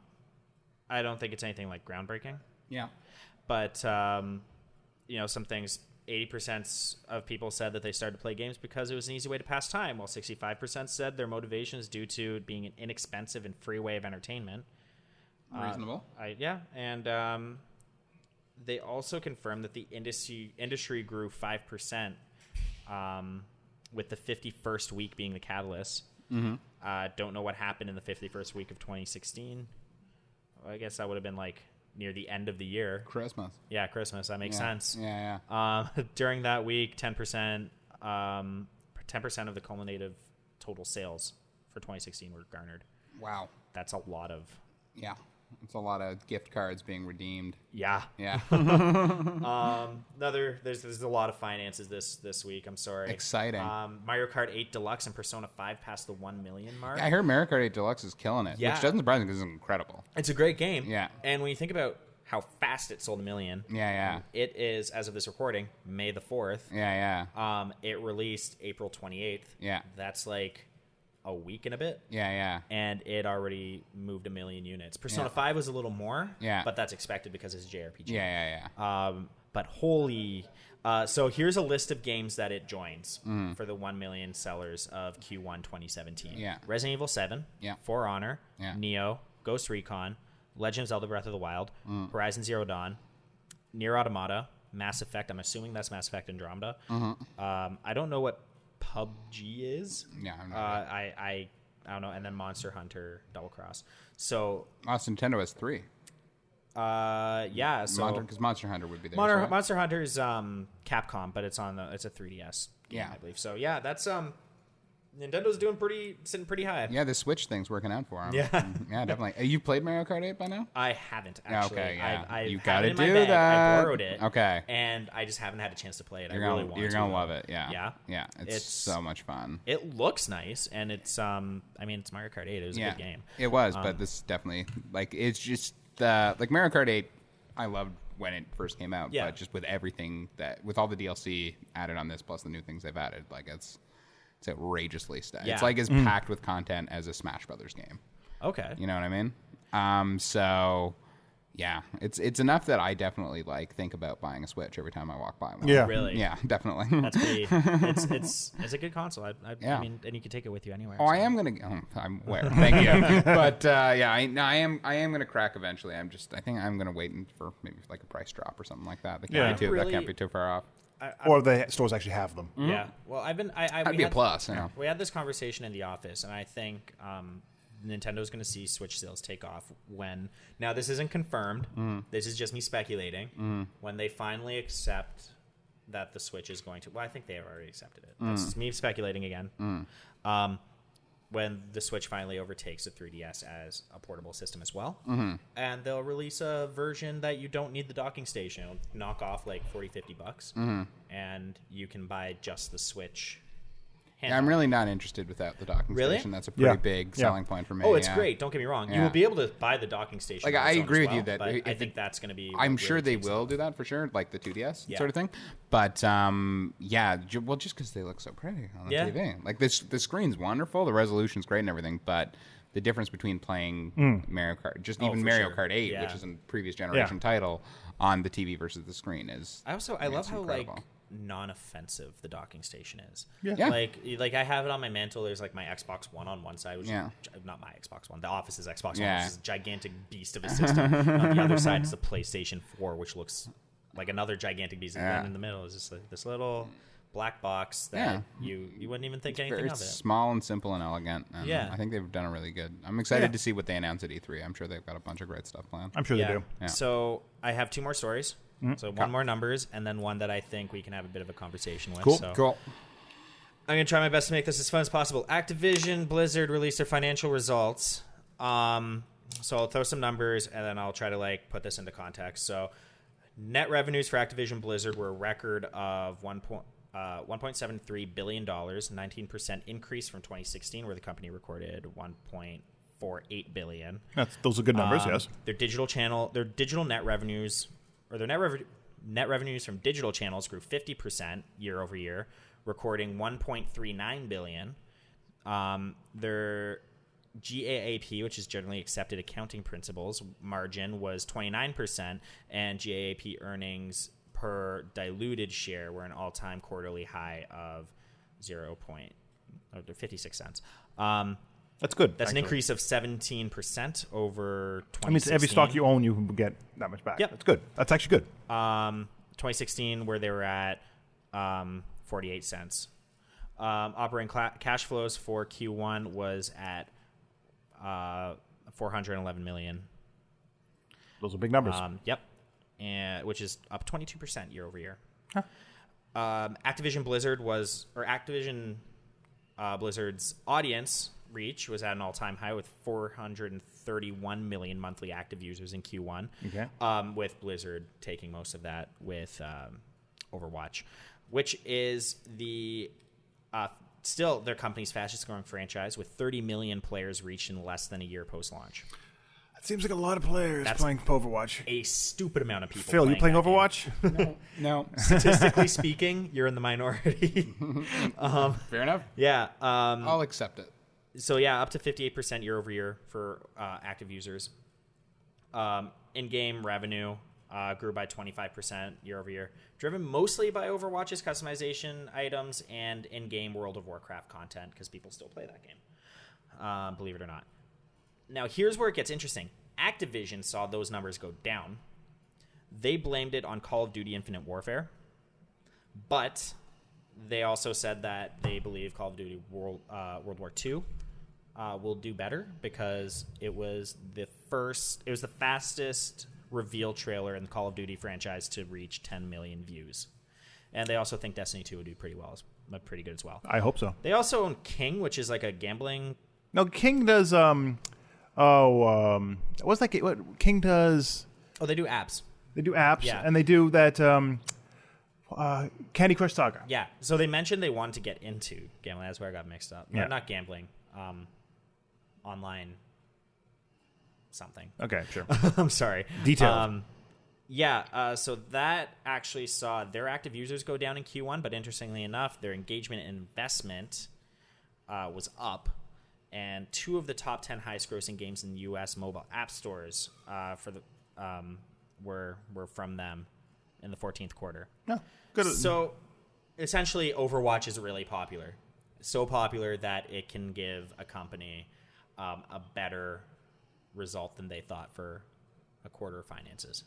S1: I don't think it's anything like groundbreaking
S2: Yeah.
S1: but um, you know some things 80% of people said that they started to play games because it was an easy way to pass time while 65% said their motivation is due to it being an inexpensive and free way of entertainment Uh,
S2: Reasonable.
S1: I, yeah and um, they also confirmed that the industry industry grew 5% um, with the 51st week being the catalyst
S2: Mm-hmm.
S1: uh, don't know what happened in the 51st week of 2016 i guess that would have been like near the end of the year
S2: Christmas.
S1: yeah, Christmas. That makes
S2: Yeah.
S1: sense.
S2: Yeah, yeah.
S1: Um, [laughs] during that week, ten percent, um, ten percent of the cumulative total sales for 2016 were garnered.
S2: Wow.
S1: That's a lot of
S2: Yeah. It's a lot of gift cards being redeemed.
S1: yeah.
S2: Yeah.
S1: Um, another there's there's a lot of finances this this week. I'm sorry.
S2: Exciting.
S1: Um, Mario Kart 8 Deluxe and Persona 5 passed the one million mark.
S2: I heard Mario Kart 8 Deluxe is killing it,
S1: Yeah.
S2: which doesn't surprise me because it's incredible.
S1: It's a great game.
S2: Yeah.
S1: And when you think about how fast it sold a million,
S2: Yeah, yeah.
S1: it is as of this recording, May the fourth.
S2: Yeah, yeah.
S1: Um, it released April 28th.
S2: Yeah.
S1: That's like a week and a bit.
S2: Yeah, yeah.
S1: And it already moved a million units. Persona
S2: Yeah.
S1: 5 was a little more.
S2: Yeah.
S1: But that's expected because it's a JRPG.
S2: Yeah, yeah, yeah.
S1: Um, but holy. Uh, so here's a list of games that it joins
S2: Mm.
S1: for the 1 million sellers of Q1 2017.
S2: Yeah.
S1: Resident Evil 7.
S2: Yeah.
S1: For Honor.
S2: Yeah.
S1: Neo. Ghost Recon. Legend of Zelda Breath of the Wild.
S2: Mm.
S1: Horizon Zero Dawn. Near Automata, Mass Effect. I'm assuming that's Mass Effect Andromeda. Um, I don't know what PUBG is.
S2: Mm-hmm. Yeah, I'm
S1: uh,
S2: not
S1: I, I I don't know. And then Monster Hunter Double Cross. So
S2: Oh, it's Nintendo has three.
S1: uh, yeah,
S2: Because
S1: so
S2: Monster,
S1: Monster,
S2: 'cause Monster Hunter would be there.
S1: Monster,
S2: right?
S1: Hunter is um, Capcom, but it's on the it's a 3DS. Game,
S2: Yeah.
S1: I believe so. Yeah, that's um, Nintendo's doing pretty sitting pretty high.
S2: yeah, the Switch thing's working out for him.
S1: Yeah.
S2: yeah, definitely. Uh, You played Mario Kart 8 by now?
S1: I haven't actually.
S2: Okay, yeah.
S1: I've, I've
S2: You
S1: had
S2: gotta
S1: it in my
S2: do
S1: bag.
S2: that.
S1: I borrowed it.
S2: Okay.
S1: and I just haven't had a chance to play it.
S2: You're
S1: I
S2: gonna,
S1: really want
S2: you're
S1: to.
S2: gonna love it. Yeah.
S1: Yeah?
S2: Yeah. It's,
S1: It's-
S2: so much fun.
S1: It looks nice, and it's um. I mean, it's Mario Kart Eight. It was a
S2: yeah.
S1: good game. Um,
S2: It was, but this definitely like it's just the like Mario Kart 8 I loved when it first came out,
S1: Yeah.
S2: but just with everything that with all the DLC added on this plus the new things they've added, like it's it's outrageously stacked.
S1: Yeah.
S2: It's like as packed with content as a Smash Brothers game.
S1: Okay.
S2: You know what I mean? Um, so yeah, it's it's enough that I definitely like think about buying a Switch every time I walk by one.
S3: Yeah.
S1: Really.
S2: Yeah, [laughs] definitely.
S1: That's pretty.
S2: [laughs]
S1: it's it's it's a good console. I, I,
S2: Yeah.
S1: I mean, and you can take it with you anywhere.
S2: Oh, I
S1: so.
S2: am gonna. Oh, I'm
S3: [laughs]
S2: aware. Thank you. but uh, yeah, I, no, I am. I am gonna crack eventually. I'm just. I think I'm gonna wait and- for maybe like a price drop or something like that. That can't
S3: Yeah.
S2: be too. That
S1: Really-
S2: can't be too far off.
S3: Or the stores actually have them.
S1: Yeah. Well, I've been. I, I
S2: Mm-hmm. That'd
S1: we
S2: be a
S1: had-
S2: plus. You know.
S1: We had this conversation in the office, and I think um, Nintendo's going to see Switch sales take off when. Now, this isn't confirmed.
S2: Mm.
S1: This is just me speculating. When they finally accept that the Switch is going to. Well, I think they have already accepted it.
S2: Mm.
S1: That's just me speculating again. Um, when the Switch finally overtakes the 3DS as a portable system as well.
S2: Mm-hmm.
S1: And they'll release a version that you don't need the docking station. It'll knock off like 40, 50 bucks.
S2: Mm-hmm.
S1: And you can buy just the Switch.
S2: Yeah, I'm really not interested without the docking
S1: Really?
S2: station. That's a
S3: Yeah.
S2: pretty big
S3: Yeah.
S2: selling point for me.
S1: Oh, it's
S2: yeah.
S1: great. Don't get me wrong. You
S2: Yeah.
S1: will be able to buy the docking station.
S2: Like,
S1: on
S2: I
S1: its own as
S2: agree with you
S1: well,
S2: that
S1: but
S2: if
S1: I
S2: it-
S1: think that's going to be.
S2: I'm
S1: what
S2: sure
S1: really
S2: they
S1: takes
S2: will
S1: off.
S2: do that for sure, like the 2DS
S1: Yeah.
S2: sort of thing. But um, yeah, ju- well, just because they look so pretty on the
S1: Yeah.
S2: TV, like this, the screen's wonderful, the resolution's great, and everything. But the difference between playing Mario Kart, just even
S1: Mm. Oh, for
S2: Mario
S1: sure.
S2: Kart 8,
S1: Yeah.
S2: which is a previous generation title, on the TV versus the screen is.
S1: I also I love
S2: it's
S1: how like
S2: incredible.
S1: non-offensive the docking station is.
S3: Yeah.
S2: Yeah.
S1: Like like I have it on my mantle. There's like my Xbox One on one side, which
S2: Yeah.
S1: is not my Xbox One. The office is Xbox One,
S2: Yeah.
S1: which is a gigantic beast of a system. on
S2: [laughs]
S1: the other side is the PlayStation Four, which looks like another gigantic beast. And then
S2: Yeah.
S1: in the middle is just like this little black box that you you wouldn't even think anything
S2: Very
S1: of it.
S2: small and simple and elegant. And
S1: Yeah.
S2: I think they've done a really good. I'm excited
S3: Yeah.
S2: to see what they announce at E3. I'm sure they've got a bunch of great stuff planned.
S3: I'm sure they
S1: yeah.
S3: do.
S2: Yeah.
S1: So I have two more stories. So one more numbers, and then one that I think we can have a bit of a conversation with.
S3: Cool.
S1: So.
S2: cool.
S1: I'm gonna try my best to make this as fun as possible. Activision Blizzard released their financial results. Um, so I'll throw some numbers and then I'll try to like put this into context. So net revenues for Activision Blizzard were a record of one point. Uh, 1.73 billion dollars, 19% increase from 2016, where the company recorded 1.48 billion.
S3: That's, those are good numbers.
S1: Um,
S3: yes.
S1: Their digital channel, their digital net revenues, or their net revenue. Net revenues from digital channels grew 50% year over year, recording 1.39 billion. Um, their GAAP, which is generally accepted accounting principles, margin was 29%, and GAAP earnings per diluted share were an all-time quarterly high of 0. Point, oh, 56 cents. Um,
S3: That's good.
S1: that's an
S3: actually.
S1: increase of 17% over 2016.
S3: I mean, it's every stock you own, you can get that much back.
S1: Yep.
S3: That's good. That's actually good.
S1: um, 2016, where they were at um, 48 cents. Um, operating cla cash flows for Q1 was at uh, 411 million.
S3: Those are big numbers.
S1: Um, yep, and which is up 22 percent year over year. Um, Activision Blizzard was, or Activision uh, Blizzard's audience reach was at an all-time high with 431 million monthly active users in Q1.
S3: Okay.
S1: Um, with Blizzard taking most of that with um, Overwatch, which is the uh, still their company's fastest-growing franchise with 30 million players reached in less than a year post-launch.
S3: It seems like a lot of players
S1: That's-
S3: playing Overwatch.
S1: A stupid amount of people.
S3: Phil, you playing
S1: that game.
S3: Overwatch? [laughs]
S1: [laughs]
S2: No,
S1: statistically speaking, you're in the minority. [laughs]
S2: fair enough.
S1: yeah. Um,
S2: I'll accept it.
S1: so yeah, up to 58% year over year for uh, active users. Um, in-game revenue uh, grew by 25% year over year, driven mostly by Overwatch's customization items and in-game World of Warcraft content because people still play that game, uh, believe it or not. Now here's where it gets interesting. Activision saw those numbers go down. They blamed it on Call of Duty Infinite Warfare, but they also said that they believe Call of Duty World uh, World War II uh, will do better because it was the first, it was the fastest reveal trailer in the Call of Duty franchise to reach 10 million views, and they also think Destiny 2 would do pretty well, as- uh, pretty good as well.
S3: I hope so.
S1: They also own King, which is like a gambling.
S3: No, King does. Um, oh, um, what's that? ga- What King does?
S1: Oh, they do apps.
S3: They do apps,
S1: Yeah.
S3: and they do that. Um, uh, Candy Crush Saga.
S1: Yeah. So they mentioned they wanted to get into gambling. That's where I got mixed up.
S3: Yeah.
S1: Not, not gambling. Um, online. Something.
S3: Okay,
S1: [laughs]
S3: sure.
S1: I'm sorry. Um,
S3: Detailed.
S1: yeah, uh, so that actually saw their active users go down in Q1, but interestingly enough, their engagement and investment uh, was up, and two of the top 10 highest grossing games in U.S. mobile app stores uh, for the um, were were from them in the 14th quarter.
S3: Yeah, good.
S1: So essentially, Overwatch is really popular. So popular that it can give a company um, a better result than they thought for a quarter of finances.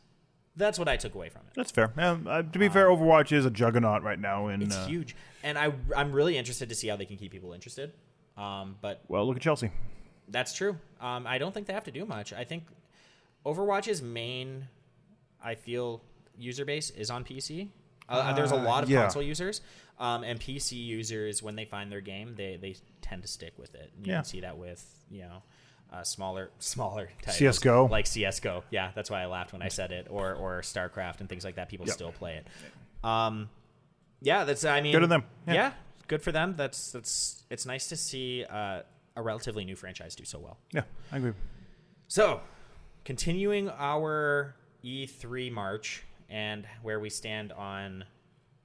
S1: That's what I took away from it.
S3: That's fair. Um, uh, to be fair, Overwatch is a juggernaut right now, and
S1: It's
S3: uh,
S1: huge. And I, I'm really interested to see how they can keep people interested. Um, but
S3: well, look at Chelsea.
S1: That's true. Um, I don't think they have to do much. I think Overwatch's main, I feel, user base is on PC. Uh, there's a lot of
S3: yeah.
S1: console users, um, and PC users when they find their game, they they tend to stick with it. You
S3: Yeah.
S1: can see that with you know. Uh, smaller, [laughs] smaller titles
S3: CS:GO.
S1: like CS:GO. Yeah, that's why I laughed when I said it. Or, or StarCraft and things like that. People
S3: Yep.
S1: still play it. Um, yeah, that's. I mean,
S3: Good on them.
S1: Yeah.
S3: Yeah.
S1: good for them. That's that's. It's nice to see uh, a relatively new franchise do so well.
S3: Yeah, I agree.
S1: So, continuing our E3 March and where we stand on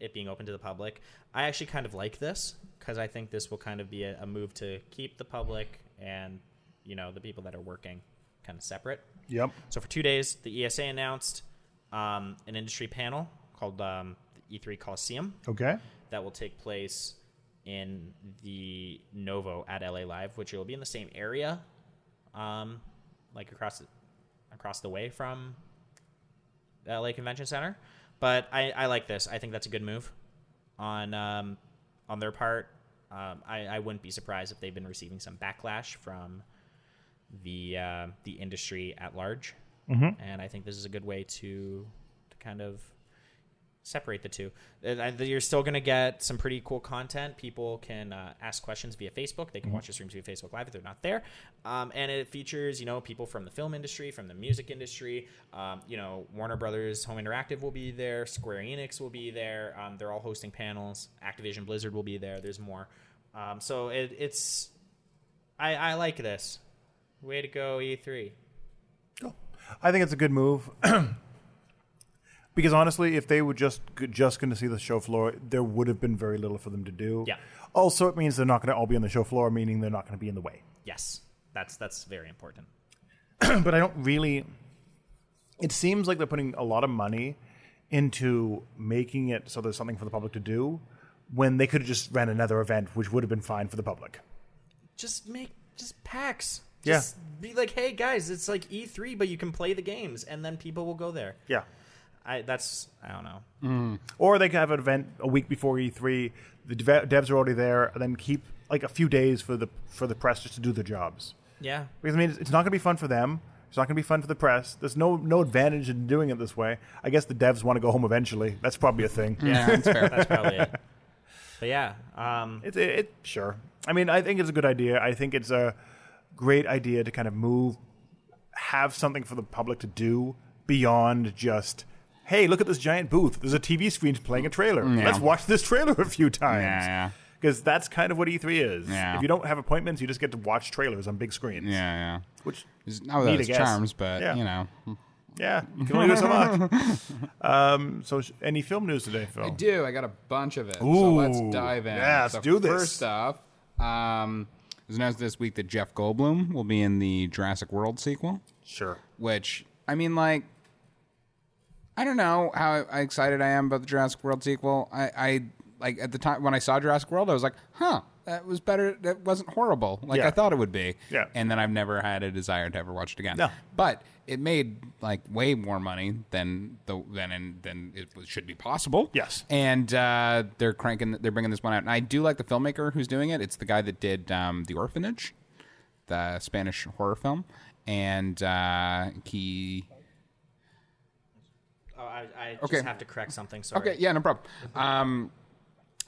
S1: it being open to the public, I actually kind of like this because I think this will kind of be a, a move to keep the public and you know the people that are working kind of separate.
S3: Yep.
S1: So for two days, the ESA announced um, an industry panel called um, the E3 Coliseum
S3: Okay.
S1: that will take place in the Novo at LA Live, which will be in the same area, um, like across across the way from the LA Convention Center. But I, I like this. I think that's a good move on um, on their part. Um, I, I wouldn't be surprised if they've been receiving some backlash from the uh, the industry at large, and I think this is a good way to to kind of separate the two. Uh, I- You're still going to get some pretty cool content. People can uh, ask questions via Facebook. They can watch the streams via Facebook Live if they're not there. Um, and it features, you know, people from the film industry, from the music industry. Um, you know, Warner Brothers Home Interactive will be there. Square Enix will be there. Um, they're all hosting panels. Activision Blizzard will be there. There's more. Um, so it, it's, I, I like this. Way to go, E E3.
S3: I think it's a good move. [clears throat] because honestly, if they were just just going to see the show floor, there would have been very little for them to do.
S1: Yeah.
S3: Also, it means they're not going to all be on the show floor, meaning they're not going to be in the way. [clears throat]
S1: Yes, that's that's very important.
S3: but I don't really. It seems like they're putting a lot of money into making it so there's something for the public to do when they could have just ran another event, which would have been fine for the public.
S1: just make just packs.
S3: Yeah.
S1: Just be like, hey guys, it's like E three, but you can play the games, and then people will go there.
S3: Yeah.
S1: I that's I don't know.
S2: Hmm.
S3: Or they could have an event a week before E3. The dev- devs are already there, and then keep like a few days for the for the press just to do their jobs.
S1: Yeah,
S3: Because I mean, it's- it's not going to be fun for them. It's not going to be fun for the press. There's no no advantage in doing it this way. I guess the devs want to go home eventually. That's probably a thing.
S2: Yeah,
S1: [laughs]
S2: that's fair.
S1: that's probably
S3: [laughs]
S1: it. But yeah, um,
S3: It, it, it sure. I mean, I think it's a good idea. I think it's a great idea to kind of move, have something for the public to do beyond just, hey, look at this giant booth. There's a TV screen playing a trailer. Let's watch this trailer [laughs] a few
S2: Mm, Yeah,
S3: times.
S2: yeah,
S3: Because that's kind of what E3 is.
S2: Yeah.
S3: If you don't have appointments, you just get to watch trailers on big screens.
S2: yeah, yeah.
S3: Which,
S2: It's not without
S3: Need a
S2: its
S3: guess.
S2: charms, but
S3: Yeah.
S2: you know, [laughs]
S3: yeah, you can only do so much. Um, so, sh- any film news today, Phil?
S2: I do. I got a bunch of it. so let's
S3: Ooh.
S2: dive in.
S3: Yeah, let's
S2: So
S3: do this.
S2: First off, um, it was announced this week that Jeff Goldblum will be in the Jurassic World sequel,
S3: Sure.
S2: which I mean, like, I don't know how excited I am about the Jurassic World sequel. I, I like at the time when I saw Jurassic World, I was like, huh. That was better. That wasn't horrible, like
S3: Yeah.
S2: I thought it would be.
S3: Yeah.
S2: And then I've never had a desire to ever watch it again.
S3: No.
S2: But it made like way more money than the than in, than it was, should be possible.
S3: Yes.
S2: And uh, they're cranking. They're bringing this one out, and I do like the filmmaker who's doing it. It's the guy that did um, the Orphanage, the Spanish horror film, and uh, he.
S1: oh, I, I
S2: Okay.
S1: just have to correct something. Sorry.
S2: Okay, yeah, no problem. Um,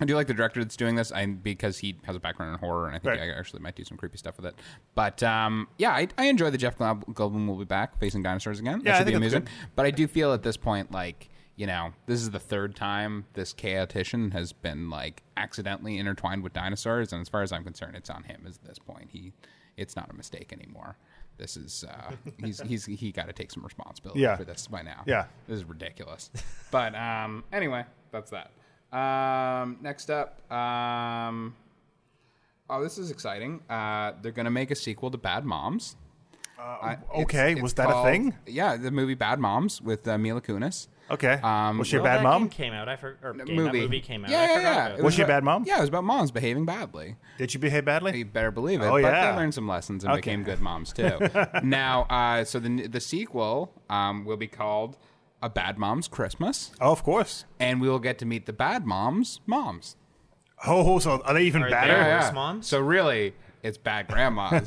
S2: I do like the director that's doing this, I because he has a background in horror, and I think
S3: Right.
S2: I actually might do some creepy stuff with it. But um, yeah, I, I enjoy the Jeff Gold- Goldblum will be back facing dinosaurs again.
S3: Yeah, I
S2: that should be
S3: think that's
S2: amazing. But I do feel at this point like you know this is the third time this chaotician has been like accidentally intertwined with dinosaurs, and as far as I'm concerned, it's on him at this point. He, it's not a mistake anymore. This is uh, he's he's he got to take some responsibility
S3: Yeah.
S2: for this by now.
S3: Yeah.
S2: This is ridiculous. but um, anyway, that's that. Um, next up, um, oh, this is exciting. Uh, they're going to make a sequel to Bad Moms. Uh, it's-
S3: okay,
S2: it's
S3: was that a thing?
S2: Yeah, the movie Bad Moms with uh, Mila Kunis.
S3: Okay.
S2: Um,
S3: was she a
S1: Well,
S3: bad
S1: Oh, that
S3: mom?
S1: game came out. I for, or
S2: The
S1: game, that movie came out.
S2: Yeah,
S1: I
S2: yeah,
S1: forgot
S2: yeah.
S1: about
S2: It
S1: it.
S3: Was she
S2: about-
S3: a bad mom?
S2: Yeah, it was about moms behaving badly.
S3: Did she behave badly?
S2: You better believe it.
S3: Oh,
S2: but
S3: yeah.
S2: they learned some lessons and
S3: Okay.
S2: became good moms
S3: [laughs]
S2: too. now, uh, so the the sequel um, will be called A Bad Mom's Christmas,
S3: Oh, of course.
S2: and we will get to meet the bad mom's moms.
S3: Oh, so are they even
S1: Are they-
S3: badder?
S1: Yeah, worse moms?
S2: So really, it's bad
S3: [laughs]
S2: grandmas,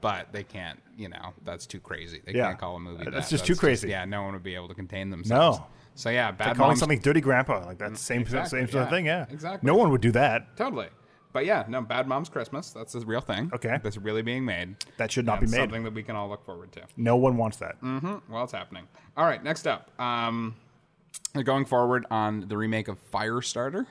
S2: but they can't. You know, that's too crazy. They
S3: Yeah.
S2: can't call a movie. That.
S3: That's just too crazy.
S2: yeah, no one would be able to contain themselves.
S3: No.
S2: So yeah, bad
S3: calling
S2: moms
S3: something dirty grandpa like that same
S2: exactly,
S3: same sort of
S2: yeah.
S3: thing yeah
S2: Exactly.
S3: no one would do that
S2: Totally. But yeah, no, Bad Mom's Christmas. That's a real thing.
S3: Okay.
S2: That's really being made.
S3: That should not
S2: And
S3: be made.
S2: Something that we can all look forward to.
S3: no one wants that
S2: Hmm, Well, it's happening. All right, next up. Um, they're going forward on the remake of Firestarter,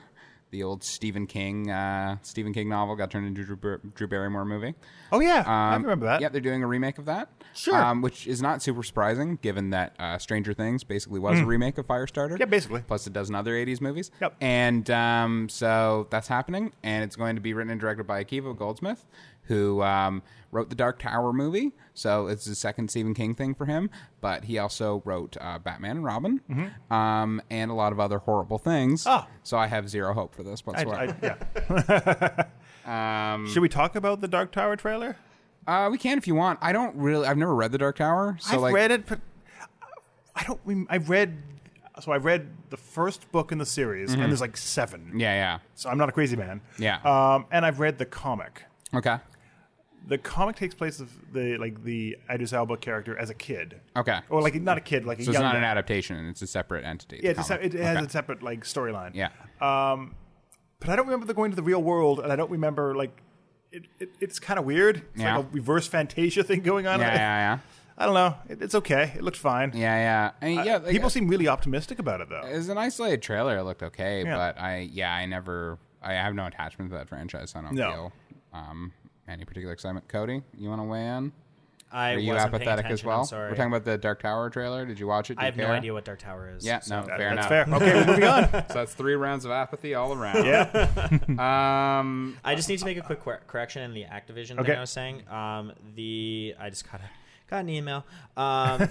S2: the old Stephen King uh, Stephen King novel got turned into a Drew, Bar- Drew Barrymore movie.
S3: oh yeah i
S2: Um,
S3: remember that
S2: Yeah, they're doing a remake of that.
S3: Sure.
S2: Um, which is not super surprising, given that uh, Stranger Things basically was a remake of Firestarter.
S3: Hmm. Yeah, basically.
S2: Plus a dozen other 80s movies.
S3: Yep.
S2: And um, so that's happening, and it's going to be written and directed by Akiva Goldsmith, who um, wrote the Dark Tower movie. So it's the second Stephen King thing for him. But he also wrote uh, Batman and Robin um, and a lot of other horrible things.
S3: Mm-hmm. Ah.
S2: So I have zero hope for this
S3: I,
S2: whatsoever. Um,
S3: I, yeah. Should we talk about the Dark Tower trailer?
S2: uh, we can if you want. I don't really. I've never read the Dark Tower. So
S3: I've
S2: like,
S3: read it, but I don't. Rem- I read. So I read the first book in the series, and there's like seven.
S2: Mm-hmm. Yeah,
S3: So I'm not a crazy man.
S2: Yeah.
S3: Um, and I've read the comic.
S2: yeah. Okay.
S3: The comic takes place of the like the Idris Elba character as a kid,
S2: Okay.
S3: or like not a kid, like a
S2: Uh, so it's
S3: young.
S2: not an
S3: man.
S2: adaptation. It's a separate entity.
S3: Yeah,
S2: the
S3: it's a se-
S2: comic.
S3: it has
S2: Okay.
S3: a separate like storyline.
S2: Yeah.
S3: but I don't remember the going to the real world, and I don't remember like it. it it's kind of weird. It's
S2: Yeah.
S3: like a reverse Fantasia thing going on.
S2: Yeah,
S3: I,
S2: yeah,
S3: [laughs] I don't know. It, it's okay. It looked fine.
S2: yeah, yeah, yeah. I mean, yeah like,
S3: Uh,
S2: uh,
S3: People seem really optimistic about
S2: [laughs]
S3: it, though.
S2: As an isolated trailer, it looked okay,
S3: Yeah.
S2: but I yeah, I never I have no attachment to that franchise. So I don't
S3: No.
S2: feel um, any particular excitement. Cody, you want to weigh in?
S1: I
S2: Are you
S1: wasn't paying
S2: apathetic as
S1: attention,
S2: well?
S1: I'm sorry.
S2: We're talking about the Dark Tower trailer. Did you watch it? Do
S1: I
S2: you
S1: have no
S2: care?
S1: idea what Dark Tower is.
S2: Yeah,
S1: so-
S2: no, fair
S3: That's
S2: enough.
S3: fair. Okay, we're moving on.
S2: [laughs] So that's three rounds of apathy all around.
S3: Yeah.
S2: Um,
S1: I just need to make a quick cor- correction in the Activision
S3: Okay.
S1: thing I was saying. Um, the I just got a, got an email. Um,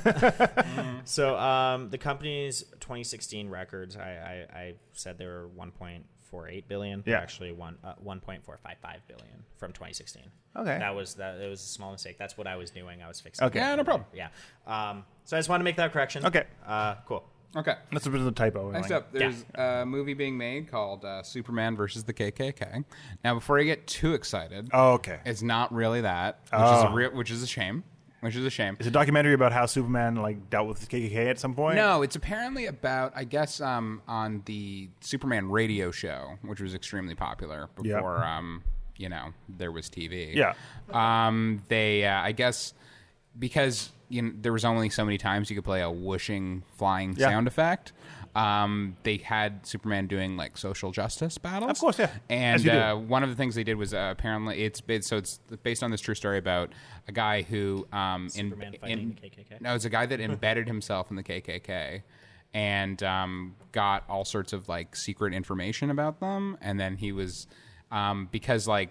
S3: [laughs]
S1: so um, the company's 2016 records, I, I, I said they were 1.48 billion. They're
S3: Yeah.
S1: actually one uh, 1.455 billion from 2016.
S3: Okay.
S1: that was that. It was a small mistake. That's what I was doing. I was fixing.
S3: Okay.
S2: Yeah, no problem.
S1: Yeah. Um, so I just wanted to make that correction.
S3: Okay.
S1: Uh, cool.
S2: okay.
S3: That's a bit of a typo.
S2: Next up, there's a movie being made called uh, Superman versus the KKK. Now, before you get too excited,
S3: Oh, okay.
S2: it's not really that, which is
S3: Oh.
S2: a real, which is a shame, which is a shame.
S3: It's a documentary about how Superman like dealt with the KKK at some point.
S2: No, it's apparently about I guess um, on the Superman radio show, which was extremely popular
S3: Yeah.
S2: before um, you know there was TV.
S3: Yeah.
S2: um, they uh, I guess because you know, there was only so many times you could play a whooshing flying
S3: Yeah.
S2: sound effect. Um, they had Superman doing like social justice battles,
S3: Of course, yeah. As
S2: And
S3: you do.
S2: uh, one of the things they did was uh, apparently it's, it's so it's based on this true story about a guy who um,
S1: Superman fighting the KKK?
S2: no, it's a guy that
S1: [laughs]
S2: embedded himself in the KKK and um, got all sorts of like secret information about them. And then he was um, because like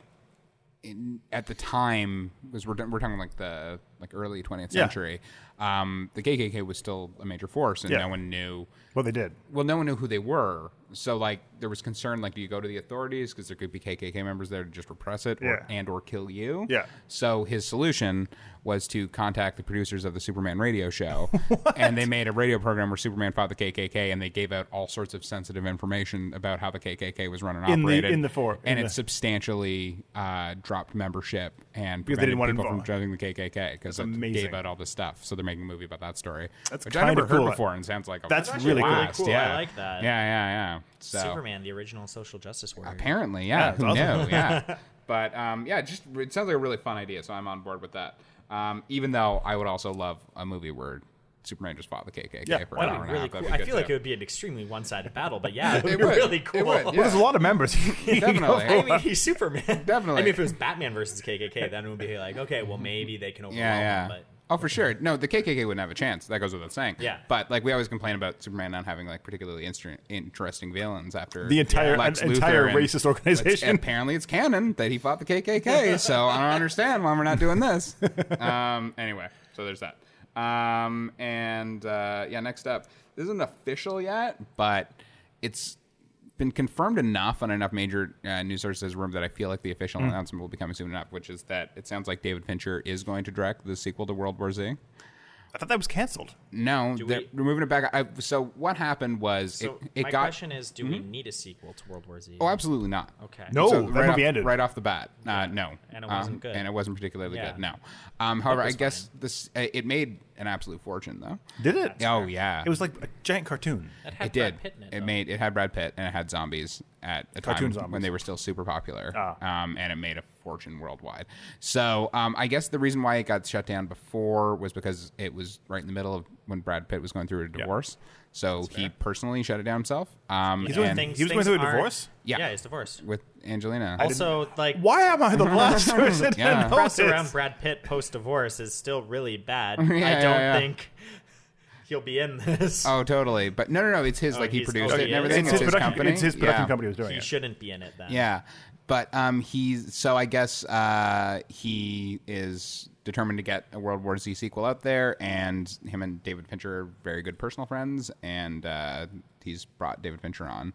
S2: in, at the time because we're, we're talking like the like early 20th
S3: Yeah.
S2: century, um, the KKK was still a major force and
S3: Yeah.
S2: no one knew
S3: Well, they did.
S2: well, no one knew who they were. So like there was concern like do you go to the authorities because there could be KKK members there to just repress it or,
S3: Yeah.
S2: and or kill you.
S3: Yeah.
S2: So his solution was to contact the producers of the Superman radio
S3: [laughs]
S2: show and they made a radio program where Superman fought the KKK and they gave out all sorts of sensitive information about how the KKK was run and
S3: In the-
S2: operated
S3: in the for-
S2: and
S3: in
S2: it
S3: the-
S2: substantially uh, dropped membership and
S3: Because
S2: prevented
S3: they didn't want to
S2: people from
S3: involve-
S2: joining the KKK because it
S3: amazing.
S2: gave out all this stuff. So they're making a movie about that story.
S3: That's
S2: which
S3: kind
S2: I never
S3: of
S2: heard
S3: cool.
S2: before and sounds like a
S3: That's really cool.
S2: blast,
S1: Cool, I
S2: Yeah.
S1: like that.
S2: Yeah, yeah, yeah. So
S1: Superman, the original social justice warrior.
S2: apparently, yeah.
S3: that's
S2: who
S3: awesome.
S2: knew?
S3: [laughs]
S2: Yeah. But um, yeah, it just it sounds like a really fun idea, so I'm on board with that. Um, even though I would also love a movie where Superman just fought the KKK
S3: Yeah,
S2: for
S3: why
S2: an
S1: That
S2: hour
S1: would be
S2: and a
S1: really
S2: half.
S1: cool.
S2: That'd be
S1: I
S2: good,
S1: feel like
S2: too.
S1: it would be an extremely one-sided battle, but
S2: [laughs]
S1: yeah, it would
S2: It
S1: be
S2: would.
S1: really
S2: It
S1: cool.
S2: would, yeah.
S3: Well, there's a lot of members. [laughs]
S2: [laughs] Definitely.
S1: [laughs] I mean, he's Superman.
S2: [laughs] Definitely.
S1: I mean, if it was Batman versus KKK, then it would be like, okay, well, maybe they can overwhelm
S2: Yeah, yeah.
S1: him, but
S2: Oh, for sure. No, the KKK wouldn't have a chance. That goes without saying.
S1: Yeah.
S2: But like we always complain about Superman not having like particularly instru- interesting villains after
S3: The entire-
S2: Lex
S3: an entire
S2: Luthor and-
S3: racist organization.
S2: But Apparently, it's canon that he fought the KKK. so I don't understand why we're not doing
S3: [laughs]
S2: this. Um, anyway, so there's that. Um, and uh, yeah, next up, this isn't official yet, but it's been confirmed enough on enough major uh, news sources room that I feel like the official
S3: Hmm.
S2: announcement will be coming soon enough, which is that it sounds like David Fincher is going to direct the sequel to World War Z.
S3: I thought that was canceled.
S2: No, they're
S1: we-
S2: we're moving it back. I, so what happened was
S1: so
S2: it,
S1: my
S2: it got. Mm-hmm.
S1: question is, do we need a sequel to World War Z?
S2: oh, absolutely not.
S1: okay.
S3: No,
S2: So
S3: that
S2: Oh, right
S3: movie
S2: off,
S3: ended.
S2: right off the bat. Uh, no,
S1: And it wasn't
S2: Um,
S1: good.
S2: and it wasn't particularly
S1: Yeah.
S2: good. No. Um, however, I
S1: was
S2: guess this uh, it made an absolute fortune though.
S3: Did it?
S2: oh yeah,
S3: It was like a giant cartoon.
S1: That had
S2: It did.
S1: Brad Pitt in it.
S2: it
S1: though.
S2: made it had Brad Pitt and it had zombies at a
S3: Cartoon
S2: time
S3: zombies.
S2: when they were still super popular,
S3: Ah.
S2: um, and it made a fortune worldwide. So um, I guess the reason why it got shut down before was because it was right in the middle of when Brad Pitt was going through a divorce. So he personally shut it down himself. Um,
S3: doing
S2: and-
S3: things- He was going through a
S1: aren't-
S3: divorce?
S2: Yeah.
S1: yeah, he's divorced.
S2: with Angelina.
S1: Also, like,
S3: Why
S2: [laughs]
S3: am I the last person
S2: Yeah.
S3: to know
S1: press
S3: this?
S1: around Brad Pitt post-divorce is still really bad.
S2: [laughs] yeah,
S1: I don't
S2: yeah.
S1: think he'll be in this.
S2: Oh, totally. But no, no, no. It's his. like
S1: Oh,
S2: he
S1: he's-
S2: produced
S1: okay,
S2: it and
S1: yeah,
S2: everything.
S1: it's his
S2: It's, his,
S3: production,
S2: company.
S3: It's his production
S2: Yeah.
S3: company was doing
S1: he
S3: it.
S1: shouldn't be in it then.
S2: Yeah, but um, he's so I guess uh, he is determined to get a World War Z sequel out there, and him and David Fincher are very good personal friends, and uh, he's brought David Fincher on.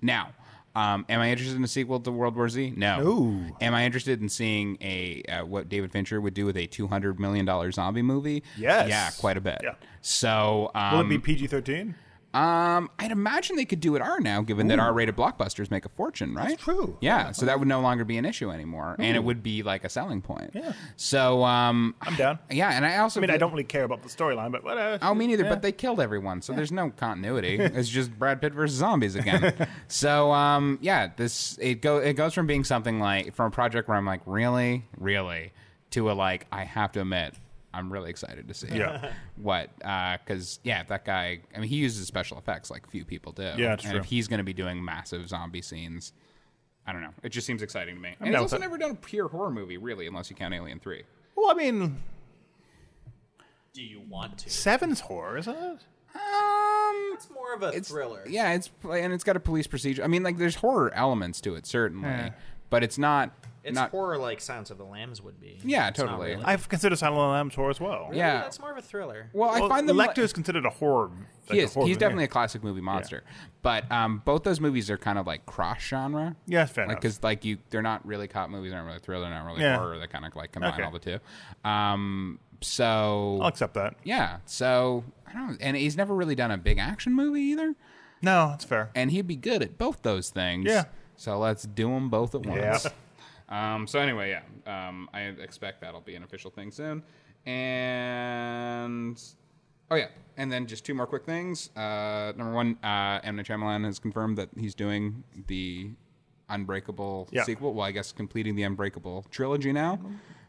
S2: Now, um, am I interested in a sequel to World War Z? No.
S3: No.
S2: Am I interested in seeing a uh, what David Fincher would do with a two hundred million dollar zombie movie?
S3: Yes.
S2: Yeah, quite a bit.
S3: Yeah.
S2: So um,
S3: Will it be PG thirteen?
S2: um, I'd imagine they could do it R now, given that R-rated blockbusters make a fortune, right?
S3: true.
S2: Yeah, so that would no longer be an issue anymore, and it would be like a selling point. Yeah. So, um,
S3: I'm down.
S2: yeah, and I also,
S3: I mean, I don't really care about the storyline, but whatever.
S2: Oh, me neither. But they killed everyone, so there's no
S3: [laughs]
S2: continuity. it's just Brad Pitt versus zombies again. so, um, yeah, this it go it goes from being something like from a project where I'm like, really, really, to a like, I have to admit, I'm really excited to see.
S3: Yeah.
S2: [laughs] what? Because yeah, that guy. I mean, he uses special effects like few people do.
S3: Yeah, it's
S2: and
S3: true.
S2: if he's going to be doing massive zombie scenes. I don't know. It just seems exciting to me. And
S3: down
S2: he's
S3: with
S2: also
S3: it.
S2: never done a pure horror movie, really, unless you count Alien Three.
S3: well, I mean,
S1: Do you want to?
S3: Seven's horror, isn't it?
S2: Um,
S1: It's more of a thriller.
S2: Yeah, it's and it's got a police procedure. I mean, like there's horror elements to it certainly, but it's not.
S1: It's
S2: not,
S1: horror like Sounds of the Lambs would be.
S2: Yeah,
S1: It's not
S2: totally.
S1: really.
S3: I've considered Silent of the Lambs horror as well.
S1: Really,
S2: Yeah.
S1: that's more of a thriller.
S2: Well, I
S3: Well,
S2: find them
S3: Lecter
S2: like-
S3: is considered a horror. Like
S2: he
S3: a
S2: is.
S3: horror
S2: He's
S3: movie.
S2: definitely a classic movie monster, but um, both those movies are kind of like cross genre.
S3: Yeah, fair
S2: like
S3: enough.
S2: because like you, they're not really cop movies, they're not really thriller, they're not really
S3: Yeah.
S2: horror. They kind of like combine
S3: Okay.
S2: all the two. Um, so
S3: I'll accept that.
S2: yeah, so I don't, and he's never really done a big action movie either,
S3: No, that's fair.
S2: and he'd be good at both those things.
S3: Yeah.
S2: So let's do them both at once.
S3: Yeah.
S2: Um, so anyway, yeah, um, I expect that'll be an official thing soon. And oh yeah, and then just two more quick things. Uh, number one, uh, M Night Shyamalan has confirmed that he's doing the Unbreakable
S3: Yeah.
S2: sequel. Well, I guess completing the Unbreakable trilogy now.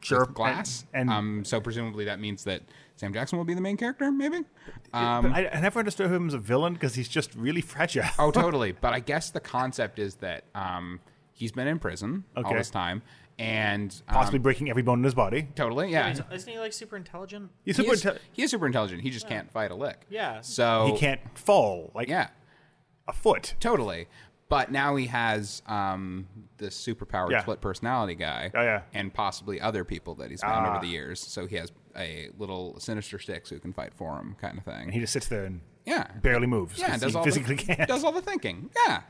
S3: Sure.
S2: with Glass.
S3: And- and-
S2: um, so presumably that means that Sam Jackson will be the main character, maybe. Um,
S3: but I, I never understood him as a villain because he's just really fragile.
S2: Oh, totally. But I guess the concept is that um, he's been in prison all
S3: Okay.
S2: this time, and um,
S3: Possibly breaking every bone in his body.
S2: totally, yeah.
S1: He's- Isn't he like super intelligent?
S3: He's
S2: He
S3: super
S2: is,
S3: inte-
S2: he is super intelligent. He just can't fight a lick.
S1: Yeah.
S2: So
S3: he can't fall like
S2: Yeah,
S3: a foot.
S2: totally. But now he has um, this superpowered
S3: Yeah.
S2: split personality guy,
S3: Oh, yeah.
S2: and possibly other people that he's found
S3: Ah.
S2: over the years. So he has a little sinister sticks who can fight for him, kind of thing.
S3: And he just sits there and
S2: yeah,
S3: barely moves.
S2: yeah,
S3: 'cause
S2: does
S3: he
S2: all
S3: physically
S2: the,
S3: can't.
S2: does all the thinking. Yeah.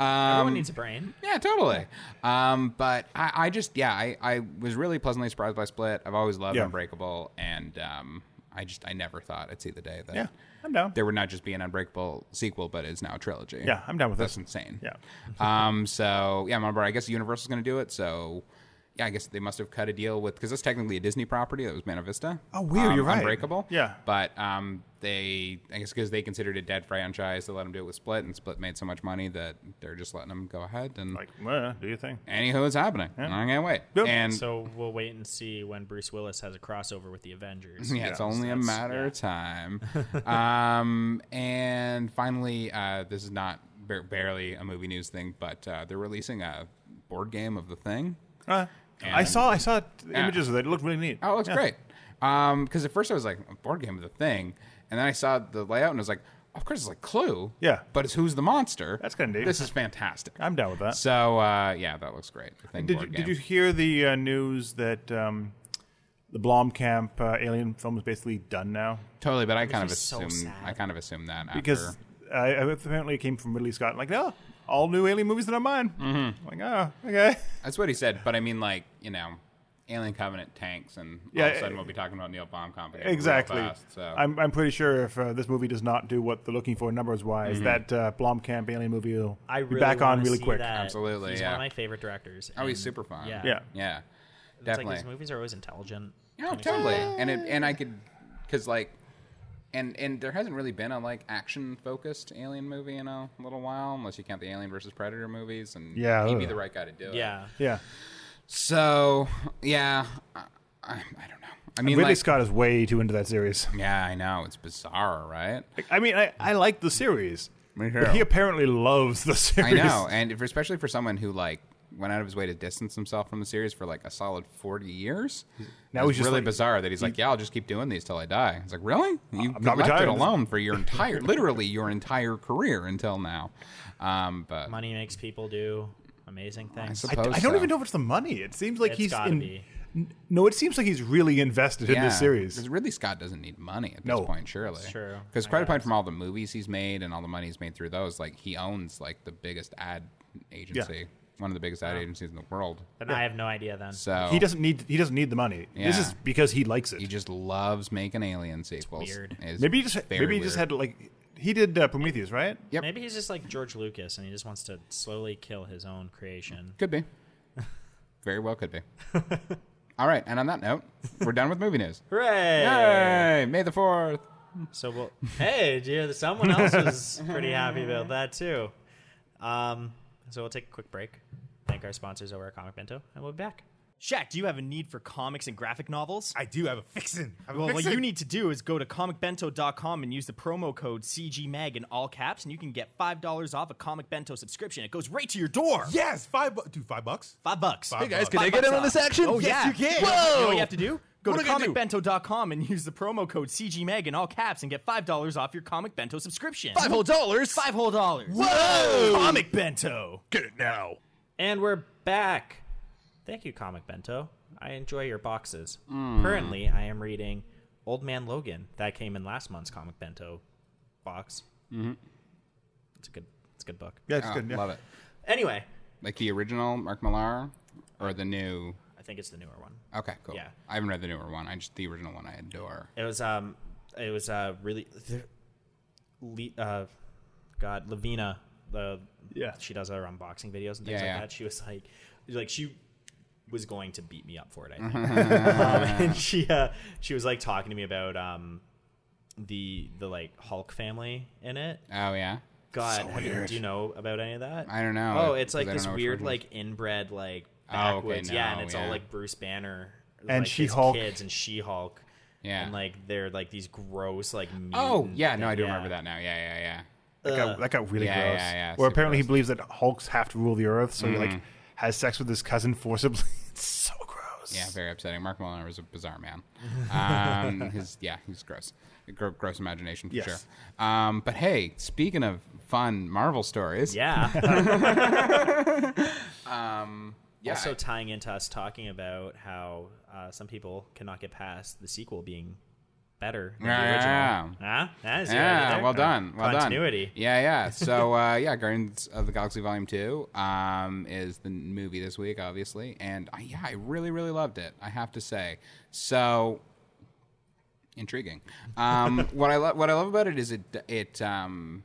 S2: Um,
S1: Everyone needs a brain.
S2: Yeah, totally. Um, but I, I just, yeah, I, I was really pleasantly surprised by Split. I've always loved
S3: Yeah.
S2: Unbreakable, and um, I just, I never thought I'd see the day that
S3: Yeah, I'm down.
S2: there would not just be an Unbreakable sequel, but it's now a trilogy.
S3: Yeah, I'm down with
S2: That's
S3: this.
S2: insane.
S3: Yeah.
S2: um, so yeah, remember, I guess Universal's going to do it. So yeah, I guess they must have cut a deal with because that's technically a Disney property that was Buena Vista.
S3: Oh, weird,
S2: Um,
S3: you're right.
S2: Unbreakable.
S3: Yeah.
S2: but um, they I guess because they considered it a dead franchise, they let them do it with Split, and Split made so much money that they're just letting them go ahead and.
S3: Like, well, do your thing.
S2: Anywho, it's happening. And I can't wait.
S3: Yep.
S2: And
S1: So we'll wait and see when Bruce Willis has a crossover with the Avengers.
S2: yeah, it's only a
S1: That's-
S2: matter
S1: yeah.
S2: of time.
S3: [laughs]
S2: um, and finally, uh, this is not bar- barely a movie news thing, but uh, they're releasing a board game of the thing.
S3: Uh, I
S2: And-
S3: saw I saw images of it. It looked really neat.
S2: Oh, it looks
S3: Yeah.
S2: great. Because at first I was like, a board game of the thing. And then I saw the layout and I was like, of course, it's like Clue.
S3: Yeah.
S2: But it's Who's the Monster.
S3: That's kinda neat.
S2: This is fantastic.
S3: I'm down with that.
S2: So, uh, yeah, that looks great. The Thing
S3: Did you,
S2: board
S3: did
S2: game.
S3: you hear the uh, news that um, the Blomkamp uh, Alien film is basically done now?
S2: Totally, but I kind of
S1: me so
S2: assumed
S1: sad.
S2: I kind of assumed that after.
S3: Because uh, apparently it came from Ridley Scott. Like, no, all new Alien movies that are mine. Mm-hmm. Like, oh, okay.
S2: That's what he said, but I mean, like you know, Alien Covenant tanks, and all of
S3: Yeah, eh,
S2: a sudden we'll be talking about Neil Baumkamp again real
S3: Exactly.
S2: fast, so
S3: I'm, I'm pretty sure if uh, this movie does not do what they're looking for numbers wise,
S2: Mm-hmm.
S3: that uh, Blomkamp Alien movie will
S1: I
S3: be
S1: really
S3: back on
S1: wanna
S3: really
S1: see
S3: quick.
S1: that.
S2: Absolutely,
S1: He's
S2: yeah.
S1: one of my favorite directors.
S2: oh,
S1: and
S2: he's super fun.
S1: Yeah.
S3: Yeah.
S2: yeah,
S1: It's like
S2: definitely.
S1: his movies are always intelligent.
S2: no, totally. And it, and I could because like, and and there hasn't really been a like action focused Alien movie in a little while, unless you count the Alien versus Predator movies, and
S3: Yeah,
S2: he'd be
S3: ugh.
S2: the right guy to do it.
S1: Yeah.
S3: Yeah.
S2: So yeah, I, I, I don't know. I mean,
S3: Ridley
S2: like,
S3: Scott is way too into that series.
S2: yeah, I know it's bizarre, right?
S3: I mean, I, I like the series.
S2: Me
S3: But
S2: too. [laughs]
S3: he apparently loves the [laughs]
S2: I
S3: series.
S2: know, and if, especially for someone who like went out of his way to distance himself from the series for like a solid forty years.
S3: Now
S2: Now
S3: he's
S2: it's
S3: just
S2: really
S3: like-
S2: bizarre that he's like, "Yeah, I'll just keep doing these till I die." It's like, really? You
S3: I'm not
S2: left it
S3: retiring.
S2: alone for
S3: [laughs]
S2: your entire, literally your entire career until now. Um, but
S1: Money makes people do amazing
S2: I
S1: things.
S3: I,
S2: suppose
S3: I don't
S2: so.
S3: even know if it's the money. It seems like
S1: It's
S3: he's
S1: gotta
S3: in,
S1: be.
S3: N- no. It seems like he's really invested in this series.
S2: Because Ridley Scott doesn't need money at
S3: No.
S2: this point, surely.
S1: true.
S2: Because
S1: I
S2: quite apart
S1: guess.
S2: from all the movies he's made and all the money he's made through those, like he owns like the biggest ad agency, one of the biggest ad agencies in the world.
S1: Then I have no idea. Then
S2: So
S3: He doesn't need. He doesn't need the money. This
S2: Yeah.
S3: is because he likes it.
S2: He just loves making alien sequels.
S1: weird.
S2: It's
S3: maybe he just.
S2: very
S3: Maybe he just
S2: weird.
S3: had like. He did uh, Prometheus, right?
S2: Yep.
S1: maybe he's just like George Lucas, and he just wants to slowly kill his own creation.
S2: Could
S3: [laughs]
S2: be. Very well could be. All right, and on that note, we're done with movie
S3: [laughs]
S2: news.
S1: Hooray!
S2: Yay! May the 4th.
S1: So we'll. hey, dear, someone else was pretty happy about that too. Um, so we'll take a quick break. Thank our sponsors over at Comic Bento, and we'll be back.
S4: Shaq, do you have a need for comics and graphic novels?
S5: I do have a fixin'. I have a
S4: well, what
S5: fixin'.
S4: you need to do is go to comicbento.com and use the promo code CGMAG in all caps, and you can get $5 off a Comic Bento subscription. It goes right to your door.
S5: Yes, five bucks. Dude, five bucks?
S4: Five bucks.
S5: Hey, guys,
S4: Five
S5: can
S4: bucks off. Oh, yeah. You know what you have to do? Go
S5: What
S4: to
S5: do I gotta do?
S4: comicbento.com and use the promo code CGMAG in all caps and get $5 off your Comic Bento subscription.
S5: whole dollars.
S4: Five whole dollars.
S3: Oh!
S5: Whoa!
S4: Comic Bento.
S5: Get it now.
S1: And we're back. Thank you, Comic Bento. I enjoy your boxes. Currently, I am reading Old Man Logan that came in last month's Comic Bento box. Mm-hmm. It's a good, it's a good book.
S3: Yeah, it's
S2: Oh,
S3: good. Yeah.
S2: Love it.
S1: Anyway,
S2: Like the original Mark Millar or the new.
S1: I think it's the newer one.
S2: Okay, cool.
S1: Yeah.
S2: I haven't read the newer one. I just the original one I adore.
S1: It was um, it was uh really, th- Le- uh, God, Lavina the
S3: Yeah.
S1: she does her unboxing videos and things
S2: Yeah,
S1: like
S2: yeah.
S1: that. She was like, like she was going to beat me up for it. I think,
S2: Mm-hmm.
S1: [laughs] um,
S2: [laughs]
S1: and she uh, she was like talking to me about um, the the like Hulk family in it.
S2: Oh
S1: Mm,
S2: yeah.
S1: God, have you- do you know about any of that?
S2: I don't know,
S1: Oh,
S2: if-
S1: it's like
S2: 'cause I don't
S1: this
S2: know which
S1: weird,
S2: version.
S1: like inbred, like
S2: Oh, okay,
S1: backwoods. yeah, and
S2: no,
S1: it's
S2: yeah.
S1: all like Bruce Banner
S3: And
S1: like, his
S3: She-Hulk.
S1: kids and She Hulk.
S2: Yeah.
S1: and like they're like these gross, like mutant
S2: Oh yeah. No, I do
S1: yeah.
S2: remember that now. Yeah, yeah, yeah.
S3: That, got, that got really
S2: Yeah,
S3: gross.
S2: yeah, yeah,
S3: Or
S2: super
S3: apparently he
S2: gross. Mm.
S3: believes that Hulks have to rule the earth, so he like has sex with his cousin forcibly. [laughs] it's so gross.
S2: Yeah, very upsetting. Mark Millar was a bizarre man. Um, his yeah, he's gross, Gro- gross imagination for
S3: Yes.
S2: sure. Um, but hey, speaking of fun Marvel stories,
S1: Yeah.
S2: [laughs] yeah,
S1: also
S2: I-
S1: tying into us talking about how uh, some people cannot get past the sequel being better than the
S2: Yeah,
S1: original.
S2: yeah,
S1: Huh? that is your idea
S2: Yeah,
S1: there.
S2: well done. Well
S1: Uh, Continuity.
S2: Done. Yeah, yeah. So uh, [laughs] yeah, Guardians of the Galaxy Volume Two um, is the movie this week, obviously, and I, yeah, I really, really loved it. I have to say, so intriguing. Um, what I love, what I love about it is it it um,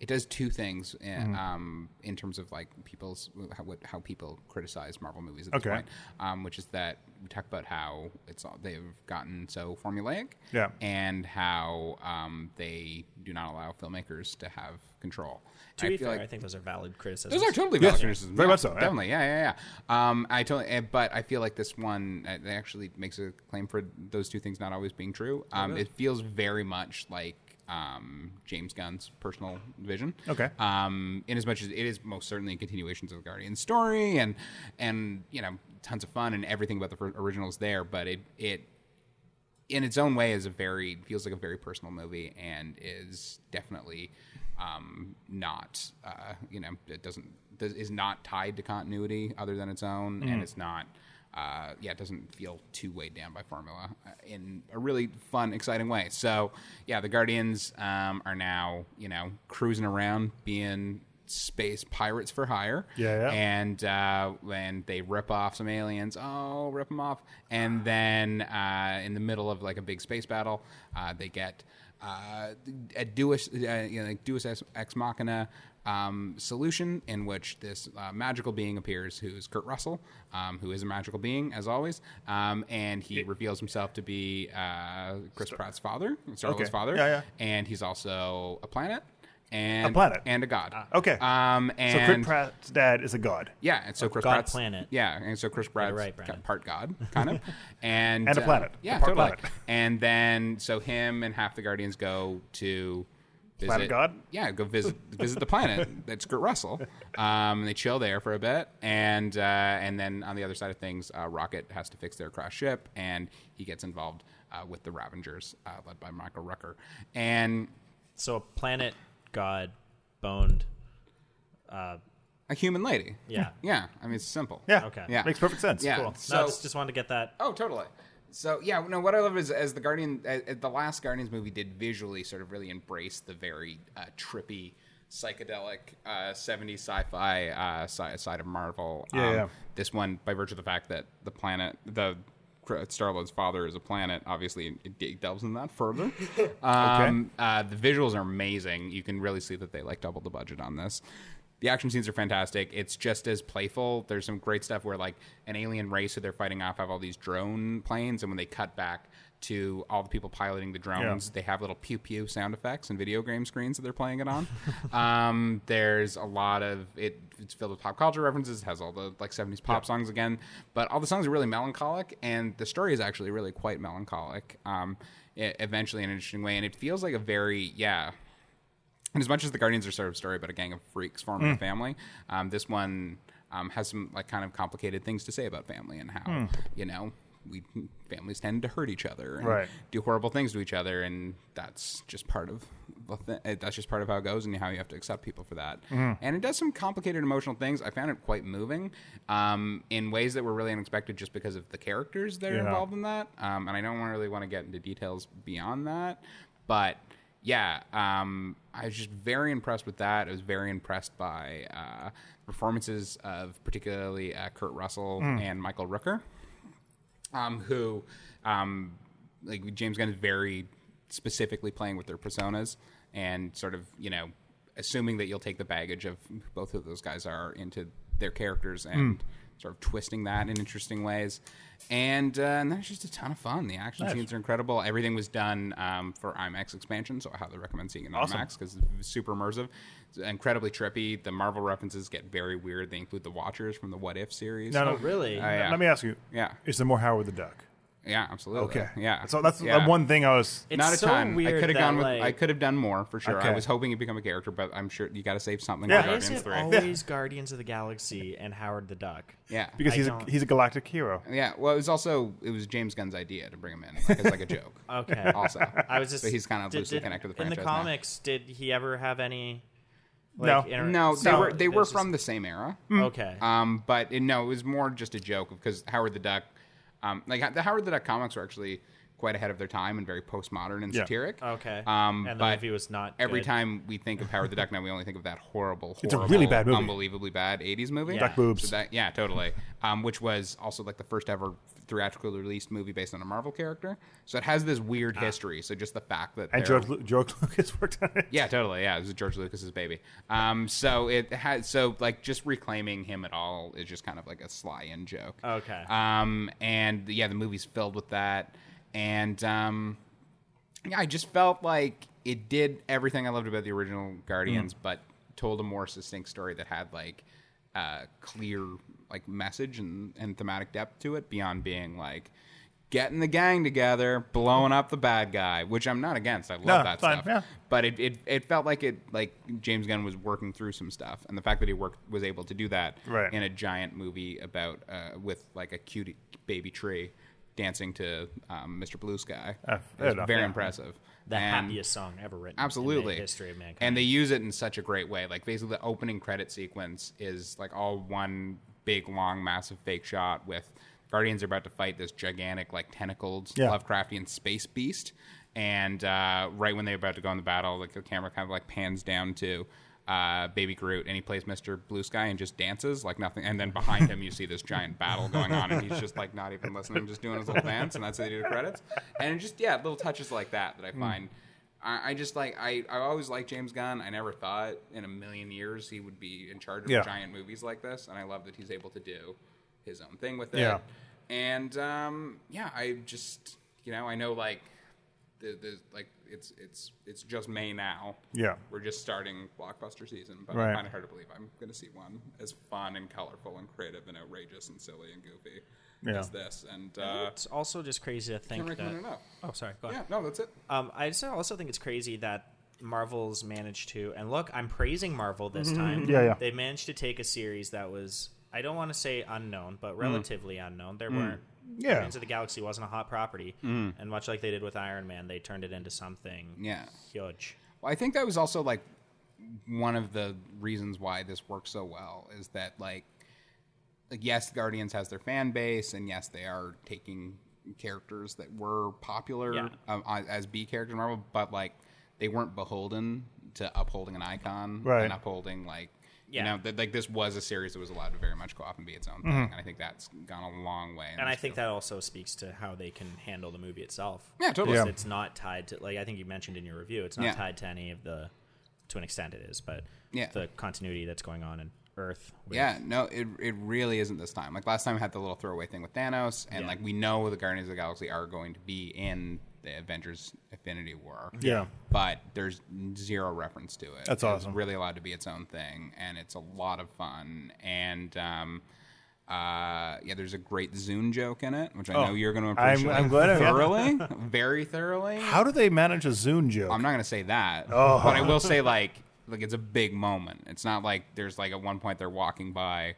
S2: it does two things in, um, in terms of like people's how, what, how people criticize Marvel movies at this
S3: Okay.
S2: point, um, which is that we talk about how it's all, they've gotten so formulaic,
S3: Yeah.
S2: and how um, they do not allow filmmakers to have control.
S1: To
S2: I
S1: be
S2: feel
S1: fair,
S2: like-
S1: I think those are valid criticisms.
S2: those are totally valid
S3: Yes.
S2: criticisms.
S3: Very
S2: yeah,
S3: much so, yeah.
S2: Definitely. Yeah, yeah, yeah. Um, I totally. eh, But I feel like this one uh, it actually makes a claim for those two things not always being true. Um, It feels very much like um, James Gunn's personal vision.
S3: Okay.
S2: Um, in as much as it is most certainly continuations of the Guardian story and and you know tons of fun and everything about the fir- originals there, but it it in its own way is a very feels like a very personal movie and is definitely um, not uh, you know it doesn't does, is not tied to continuity other than its own
S3: Mm.
S2: and it's not uh, yeah it doesn't feel too weighed down by formula uh, in a really fun exciting way so yeah the guardians um, are now you know cruising around being space pirates for hire
S3: Yeah, yeah.
S2: and uh, and they rip off some aliens. Oh, rip them off! And then uh, in the middle of like a big space battle, uh, they get uh, a Deus, uh, you know, like Deus ex, ex machina um, solution in which this uh, magical being appears, who's Kurt Russell, um, who is a magical being as always, um, and he reveals himself to be uh, Chris Pratt's father, Star Lord's
S3: Okay.
S2: father,
S3: Yeah, yeah.
S2: and he's also a planet. And,
S3: planet. Ah.
S2: and a god.
S3: okay.
S2: Um,
S3: So
S2: and
S3: Chris Pratt's dad is a god
S2: yeah, and so Chris
S1: God
S2: Pratt's
S1: planet.
S2: Yeah, and so Chris Pratt's
S1: right,
S2: ca-
S1: Brandon.
S2: part God, kind
S3: [laughs]
S2: of, and
S3: And a
S2: uh,
S3: planet. [laughs]
S2: yeah,
S3: A part
S2: totally.
S3: planet.
S2: And then so him and half the Guardians go to Visit,
S3: Planet God?
S2: Yeah, go visit visit the
S3: [laughs]
S2: planet. That's Kurt Russell. Um, and they chill there for a bit, and uh, and then on the other side of things, uh, Rocket has to fix their crashed ship, and he gets involved uh, with the Ravengers, uh, led by Michael Rucker, and
S1: So a planet god boned.
S2: a human lady.
S1: Yeah.
S2: yeah. I mean, it's simple.
S3: Yeah.
S1: Okay.
S2: Yeah.
S3: Makes perfect sense.
S2: Yeah.
S1: Cool.
S2: So-
S1: no, it's- just wanted to get that.
S2: Oh, totally. So yeah, no. What I love is as the Guardian, as, as the last Guardians movie did visually sort of really embrace the very uh, trippy, psychedelic uh, '70s sci-fi uh, si- side of Marvel. um,
S3: Yeah, yeah.
S2: This one, by virtue of the fact that the planet, the Star Lord's father is a planet, obviously it, it delves into that further. Um, uh, the visuals are amazing. You can really see that they like doubled the budget on this. The action scenes are fantastic. It's just as playful. There's some great stuff where like an alien race who they're fighting off have all these drone planes, and when they cut back to all the people piloting the drones, they have little pew pew sound effects and video game screens that they're playing it on. um, there's a lot of it. It's filled with pop culture references. It has all the like 70s pop songs again, but all the songs are really melancholic, and the story is actually really quite melancholic. Um, e- eventually, in an interesting way, and it feels like a very yeah and as much as the Guardians are sort of story about a gang of freaks forming a family, um, this one um, has some like kind of complicated things to say about family and how you know we families tend to hurt each other and
S3: Right.
S2: do horrible things to each other, and that's just part of the thi- uh, that's just part of how it goes and how you have to accept people for that. And it does some complicated emotional things. I found it quite moving um, in ways that were really unexpected, just because of the characters that are
S3: Yeah.
S2: involved in that. Um, and I don't wanna really want to get into details beyond that, but yeah, um, I was just very impressed with that. I was very impressed by uh, performances of particularly uh, Kurt Russell and Michael Rooker, um, who, um, like James Gunn is very specifically playing with their personas and sort of you know assuming that you'll take the baggage of both of those guys are into their characters and
S3: Hmm.
S2: sort of twisting that in interesting ways. And, uh, and that's just a ton of fun. The action scenes are incredible. Everything was done um, for IMAX expansion, so I highly recommend seeing it in IMAX because it's super immersive. It's incredibly trippy. The Marvel references get very weird. They include the Watchers from the What If series.
S3: No, no.
S1: Oh, really?
S2: I- yeah.
S3: Let me ask you.
S2: Yeah.
S3: Is there more Howard the Duck?
S2: Yeah, absolutely.
S3: Okay.
S2: Yeah.
S3: So that's
S2: Yeah.
S3: the one thing I was.
S1: It's
S2: Not a
S1: so
S2: ton. I
S1: weird
S2: could have
S1: that,
S2: gone with.
S1: Like,
S2: I could have done more for sure. I
S3: Okay.
S2: was hoping he'd become a character, but I'm sure you got to save something
S3: Yeah.
S2: for
S1: Why is
S2: Guardians
S1: it
S2: Three.
S1: always Guardians of the Galaxy and Howard the Duck?
S2: Yeah.
S3: Because
S1: I
S3: he's a,
S1: don't-
S3: he's a galactic hero.
S2: [laughs] Yeah, well, it was also it was James Gunn's idea to bring him in like, as like a joke.
S1: [laughs]
S2: [laughs]
S1: Okay.
S2: Also,
S1: I was just.
S2: Oh, But he's kind of
S1: did-
S2: loosely
S1: did-
S2: connected with the
S1: In the
S2: franchise now.
S1: comics, did he ever have any?
S3: No.
S1: Like, inter-
S2: No, they
S1: so
S2: were they
S1: it
S2: were
S1: was
S2: from the same era.
S1: Just, okay.
S2: Um, but it, no, it was more just a joke because Howard the Duck, um, like the Howard the Duck comics were actually quite ahead of their time and very postmodern and
S3: Yeah.
S2: satiric.
S1: okay.
S2: Um,
S1: and the
S2: but
S1: movie was not.
S2: Every
S1: good.
S2: time we think of Howard the
S3: [laughs]
S2: Duck now, we only think of that horrible,
S3: It's a
S2: horrible,
S3: really bad movie.
S2: unbelievably bad '80s movie.
S1: Duck
S3: boobs.
S2: So that, yeah, totally. Um, which was also like the first ever theatrically released movie based on a Marvel character. So it has this weird history. So just the fact that
S3: Ah. And
S2: they're-
S3: George, Lu- George [laughs] Lucas worked on it.
S2: yeah, totally. Yeah, it was George Lucas's baby. Um, so it had so like just reclaiming him at all is just kind of like a sly in joke.
S1: Okay.
S2: Um, and yeah, the movie's filled with that, and um, yeah, I just felt like it did everything I loved about the original Guardians,
S3: Mm-hmm.
S2: but told a more succinct story that had like uh, clear like message and, and thematic depth to it beyond being like getting the gang together, blowing up the bad guy, which I'm not against. I love
S3: No,
S2: that
S3: fine,
S2: stuff
S3: yeah.
S2: but it, it, it felt like it like James Gunn was working through some stuff, and the fact that he worked was able to do that
S3: Right.
S2: in a giant movie about uh, with like a cute baby tree dancing to um, Mr. Blue Sky
S3: Ah,
S2: It
S3: fair
S2: was
S3: enough,
S2: very
S3: yeah.
S2: impressive.
S1: the
S2: And-
S1: happiest song ever written.
S2: Absolutely,
S1: In the history of mankind.
S2: and they use it in such a great way. Like basically, the opening credit sequence is like all one big, long, massive fake shot with Guardians are about to fight this gigantic, like tentacled
S3: Yeah.
S2: Lovecraftian space beast. And uh, right when they're about to go in the battle, like the camera kind of like pans down to uh, Baby Groot, and he plays Mr. Blue Sky and just dances like nothing. And then behind him, you see this giant battle going on, and he's just like not even listening, just doing his little dance, and that's how they do the credits. And it just yeah, little touches like that that I find. I, I just like I I always liked James Gunn. I never thought in a million years he would be in charge of
S3: Yeah.
S2: giant movies like this, and I love that he's able to do his own thing with it.
S3: Yeah.
S2: And um, yeah, I just you know I know like the, the like it's it's it's just May now.
S3: Yeah.
S2: We're just starting blockbuster season, but I
S3: Right.
S2: find it hard to believe I'm going to see one as fun and colorful and creative and outrageous and silly and goofy
S3: Yeah.
S2: as this. And uh,
S1: it's also just crazy to think
S2: recommend
S1: that.
S2: enough.
S1: Oh, sorry. Go ahead.
S2: yeah, no, that's it.
S1: Um, I just also think it's crazy that Marvel's managed to, and look, I'm praising Marvel this
S2: Mm-hmm.
S1: time.
S3: Yeah, yeah.
S1: They managed to take a series that was, I don't want to say unknown,
S2: Mm.
S1: but relatively unknown. There weren't.
S3: Yeah.
S1: Guardians of the Galaxy wasn't a hot property, and much like they did with Iron Man, they turned it into something
S2: Mm. Yeah.
S1: huge.
S2: Well, I think that was also like one of the reasons why this works so well is that like like yes, Guardians has their fan base, and yes, they are taking characters that were popular
S1: Yeah.
S2: um, on- as B characters in Marvel, but like they weren't beholden to upholding an icon
S3: Right.
S2: and upholding like.
S1: Yeah.
S2: You know, that like this was a series that was allowed to very much co op and be its own thing, and I think that's gone a long way.
S1: And I think that also speaks to how they can handle the movie itself.
S2: Yeah, totally.
S1: Because
S3: Yeah.
S1: It's not tied to like I think you mentioned in your review. It's not
S2: Yeah.
S1: tied to any of the, to an extent it is, but
S2: Yeah.
S1: the continuity that's going on in Earth. With,
S2: Yeah, no, it it really isn't this time. Like last time, we had the little throwaway thing with Thanos, and
S1: Yeah.
S2: like we know the Guardians of the Galaxy are going to be in the Avengers Infinity War.
S3: Yeah.
S2: but there's zero reference to it.
S3: That's awesome.
S2: It's really allowed to be its own thing, and it's a lot of fun. And um, uh, yeah, there's a great Zune joke in it, which I know you're going to
S3: Oh, I'm-
S2: appreciate.
S3: I'm glad I- [laughs]
S2: thoroughly, very thoroughly.
S3: How do they manage a Zune joke? [laughs]
S2: I'm not going to say that, but I will say like like it's a big moment. It's not like there's like at one point they're walking by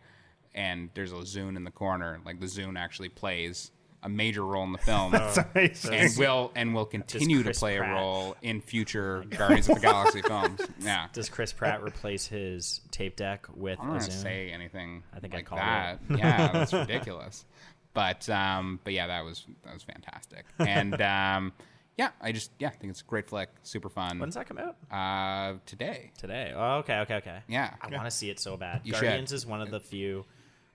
S2: and there's a Zune in the corner. Like the Zune actually plays a major role in the film. And
S3: amazing.
S2: will and will continue to
S1: Chris
S2: play
S1: Pratt- Oh
S2: a role in future Guardians of
S1: [laughs]
S2: the Galaxy films. Yeah,
S1: Does Chris Pratt replace his tape deck with
S2: I'm
S1: a
S2: not
S1: Zoom?
S2: gonna say anything. I
S1: think I
S2: like
S1: called
S2: that. yeah, that's ridiculous. But um, but yeah, that was that was fantastic. And um, yeah, I just yeah, I think it's a great flick, super fun.
S1: When's that come out?
S2: Uh, today.
S1: Today. Oh, okay, okay, okay.
S2: Yeah.
S1: I want to see it so bad.
S2: You should.
S1: Guardians is one of the few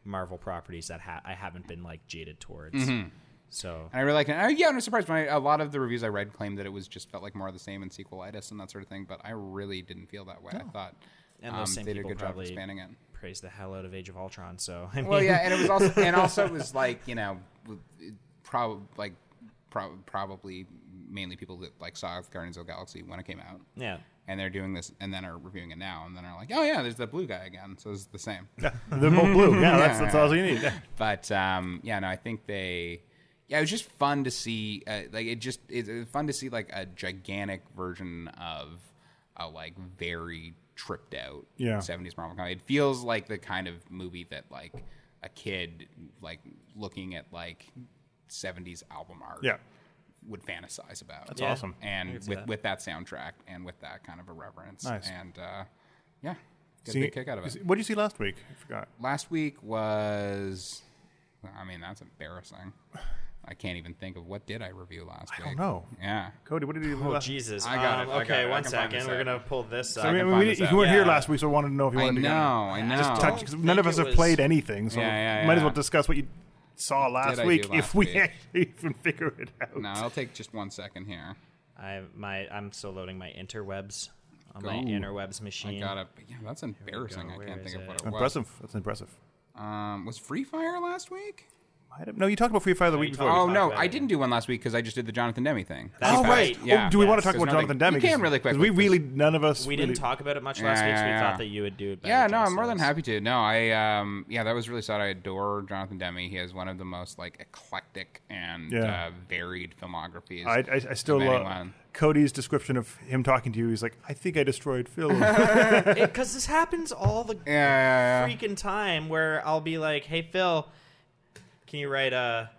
S1: Marvel properties that ha- I haven't been like jaded towards. So
S2: And Mm-hmm. I really liked it. And I, yeah, I'm surprised. When I, a lot of the reviews I read claimed that it was just felt like more of the same and sequelitis and that sort of thing. But I really didn't feel that way. I thought um,
S1: And those same
S2: they did a
S1: people
S2: good job of
S1: probably- [laughs]
S2: expanding it.
S1: praise the hell out of Age of Ultron. So [laughs] I mean,
S2: Well, yeah, and it was also and also it was like you know, probably like prob- probably mainly people that like saw Guardians of the Galaxy when it came out.
S1: yeah.
S2: And they're doing this, and then are reviewing it now, and then are like, "Oh yeah, there's the blue guy again." So it's the same.
S3: They're
S2: [laughs]
S3: both blue. Yeah, that's, that's all you need. Yeah.
S2: but um, yeah, no, I think they. Yeah, it was just fun to see. Uh, like it just it, it was fun to see like a gigantic version of a like very tripped out
S3: Yeah.
S2: seventies Marvel comic. It feels like the kind of movie that like a kid like looking at like seventies album art
S3: Yeah.
S2: would fantasize about. That's
S1: Yeah. awesome.
S2: And with
S1: that.
S2: with that soundtrack and with that kind of irreverence.
S3: Nice.
S2: And uh, yeah, get
S3: See-
S2: a big kick out of it
S3: What did you see last week? I forgot.
S2: last week was i mean that's embarrassing i can't even think of what did i review last week
S3: don't know.
S2: yeah
S3: Oh, Cody, what did you?
S1: Oh
S3: last-
S1: Jesus!
S2: I got
S1: Um,
S2: it, I got
S1: okay,
S2: it. I
S1: one
S2: can find
S1: second.
S2: this
S1: We're
S2: out.
S1: gonna pull this up.
S3: I mean,
S2: can
S3: we,
S2: find
S3: we-
S2: this
S3: you
S2: out.
S3: weren't here
S1: Yeah.
S3: last week, so I wanted to know if you
S2: i
S3: wanted
S2: know
S3: to. go.
S2: i know
S1: just
S3: touch
S1: don't
S3: because none of
S1: think
S3: us
S1: it
S3: have
S1: was-
S3: played anything, so
S2: Yeah, yeah,
S3: might as
S2: yeah.
S3: well discuss what you saw
S2: did
S3: last
S2: I do
S3: week
S2: last
S3: if we
S2: week?
S3: actually even figure it out.
S2: no i'll take just one second here
S1: I my I'm still loading my interwebs on my
S2: Ooh.
S1: interwebs machine.
S2: i got it but yeah that's embarrassing i
S1: Where
S2: can't
S1: is
S2: think of what
S1: it?
S2: it was
S3: Impressive. That's impressive.
S2: um was free fire last week
S3: Might have- No, you talked about Free Fire the week
S1: you
S3: before.
S1: talked-
S2: oh
S1: talked
S2: no
S1: about
S2: i
S1: it.
S2: didn't do one last week because i just did the jonathan demi thing
S1: That's
S3: oh
S1: right.
S3: right.
S2: Yeah.
S3: Oh, do we want
S1: Yes.
S3: to talk
S2: There's
S3: about
S2: nothing-
S3: Jonathan Demme?
S2: you can really
S3: because
S2: quickly,
S3: we
S2: because-
S3: really none of us.
S1: We didn't
S3: really-
S1: talk about it much last
S2: Yeah,
S1: week, so we
S2: yeah, yeah.
S1: thought that you would do it. better
S2: Yeah, no, I'm
S1: justice.
S2: more than happy to. No, I um yeah, that was really sad. I adore Jonathan Demi. He has one of the most like eclectic and
S3: Yeah.
S2: uh, varied filmographies.
S3: I, I, I still
S2: of
S3: love
S2: anyone.
S3: Cody's description of him talking to you. He's like, "I think I
S2: [laughs]
S3: destroyed film."
S1: because this happens all the
S2: Yeah, yeah, yeah.
S1: freaking time where I'll be like, "Hey Phil, can you write a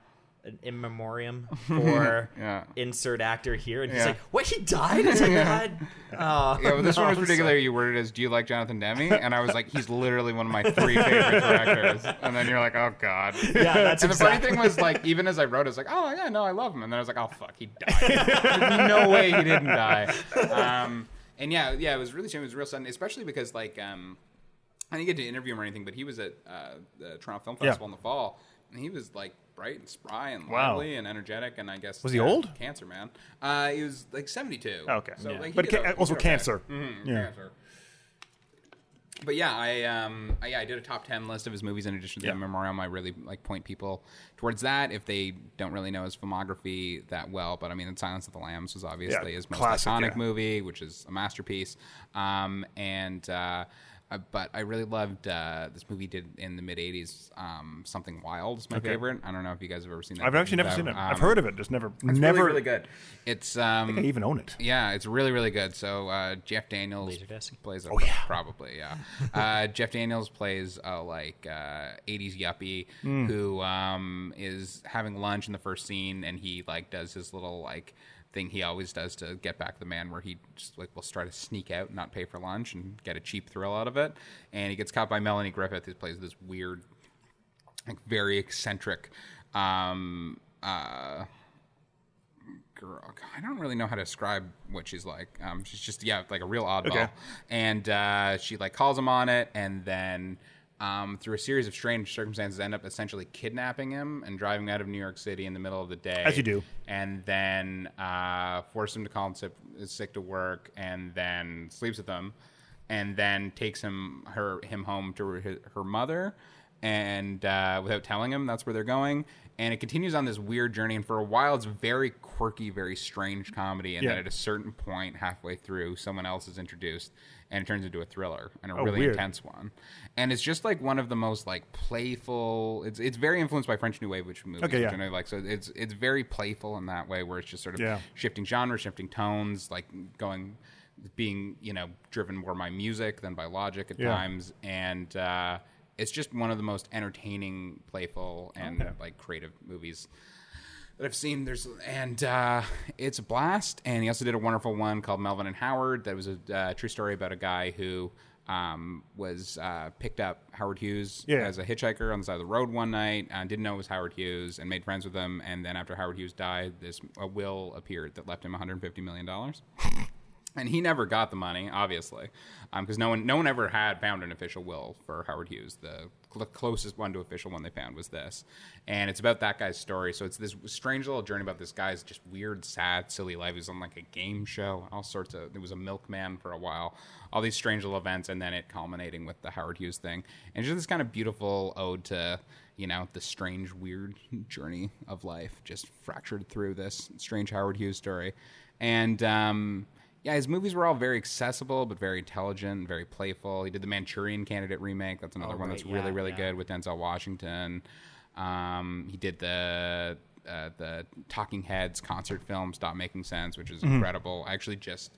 S1: an in
S2: [laughs]
S1: memoriam for
S2: Yeah.
S1: insert actor here?" And he's
S2: Yeah.
S1: like, "What? He died?" It's like,
S2: Yeah.
S1: God. Oh,
S2: Yeah, but
S1: [laughs]
S2: this
S1: no,
S2: one was
S1: I'm
S2: particularly
S1: sorry.
S2: you worded as "Do you like Jonathan Demi?" And I was like, "He's literally one of my three favorite directors." And then you're like, "Oh God."
S1: Yeah, that's
S2: and the
S1: exactly.
S2: funny thing was, like, even as I wrote, it, I was like, "Oh yeah, no, I love him." And then I was like, "Oh fuck, he died.
S3: [laughs]
S2: There's no way he didn't die." Um, and yeah, yeah, it was really shame. It was real sudden, especially because like um, I didn't get to interview him or anything, but he was at uh, the Toronto Film Festival in the fall, and he was like bright and spry and
S3: Wow.
S2: lively and energetic. And I guess
S3: Was he
S2: yeah,
S3: old?
S2: Cancer man. Uh, he was like seventy-two.
S3: okay,
S2: so like, he
S3: but
S2: did
S3: ca-
S2: o-
S3: also
S2: he did okay.
S3: cancer. Yeah.
S2: Cancer. But yeah, I um, I, yeah, I did a top ten list of his movies in addition to the memoriam. I really like point people towards that if they don't really know his filmography that well. But I mean, The Silence of the Lambs was obviously his most
S3: classic,
S2: iconic
S3: yeah.
S2: movie, which is a masterpiece. Um, and uh, Uh, but I really loved uh, this movie did in the mid '80s. Um, Something Wild is my favorite. I don't know if you guys have ever seen that.
S3: I've actually never
S2: So,
S3: seen it.
S2: um,
S3: I've heard of it, just never,
S2: It's
S3: never.
S2: really, really good. It's um,
S3: I even own it.
S2: yeah, it's really really good. So uh, Jeff Daniels
S1: Laserdisc?
S2: plays a
S3: Oh, yeah.
S2: probably
S3: [laughs]
S2: yeah. uh, Jeff Daniels plays a like uh, '80s yuppie
S3: Hmm.
S2: who um, is having lunch in the first scene, and he like does his little like thing he always does to get back the man, where he just like will try to sneak out, and not pay for lunch, and get a cheap thrill out of it. And he gets caught by Melanie Griffith, who plays this weird, like very eccentric. Um, uh, girl. I don't really know how to describe what she's like. Um, she's just yeah, like a real oddball.
S3: Okay.
S2: And uh, she like calls him on it, and then um, through a series of strange circumstances, end up essentially kidnapping him and driving out of New York City in the middle of the day,
S3: As you do.
S2: And then uh, force him to call him sick, sick to work, and then sleeps with him, and then takes him her him home to her, her mother. And uh, without telling him, that's where they're going. And it continues on this weird journey. And for a while, it's very quirky, very strange comedy. And
S3: Yeah.
S2: then at a certain point, halfway through, someone else is introduced, and it turns into a thriller and a really
S3: Oh, weird.
S2: intense one. And it's just like one of the most like playful. It's it's very influenced by French New Wave, which movies which
S3: Okay, yeah.
S2: I know you like. So it's it's very playful in that way, where it's just sort of
S3: Yeah.
S2: shifting genres, shifting tones, like going, being you know driven more by music than by logic at
S3: Yeah.
S2: times, and uh, it's just one of the most entertaining, playful, and
S3: Okay.
S2: like creative movies that I've seen. There's and uh, it's a blast. And he also did a wonderful one called Melvin and Howard. That was a uh, true story about a guy who um, was uh, picked up Howard Hughes
S3: Yeah.
S2: as a hitchhiker on the side of the road one night. Uh, didn't know it was Howard Hughes and made friends with him. And then after Howard Hughes died, this a will appeared that left him 150 million dollars. And he never got the money, obviously, because no one no one ever had found an official will for Howard Hughes. The cl- closest one to official one they found was this, and it's about that guy's story. So it's this strange little journey about this guy's just weird, sad, silly life. He was on like a game show and all sorts of. There was a milkman for a while, all these strange little events, and then it culminating with the Howard Hughes thing, and just this kind of beautiful ode to you know the strange, weird [laughs] journey of life, just fractured through this strange Howard Hughes story, and. um yeah, his movies were all very accessible, but very intelligent, very playful. He did the Manchurian Candidate remake. That's another
S1: Oh,
S2: one
S1: right,
S2: that's really,
S1: yeah,
S2: really
S1: yeah.
S2: good with Denzel Washington. Um, he did the uh, the Talking Heads concert film Stop Making Sense, which is
S1: Mm-hmm.
S2: incredible. I actually just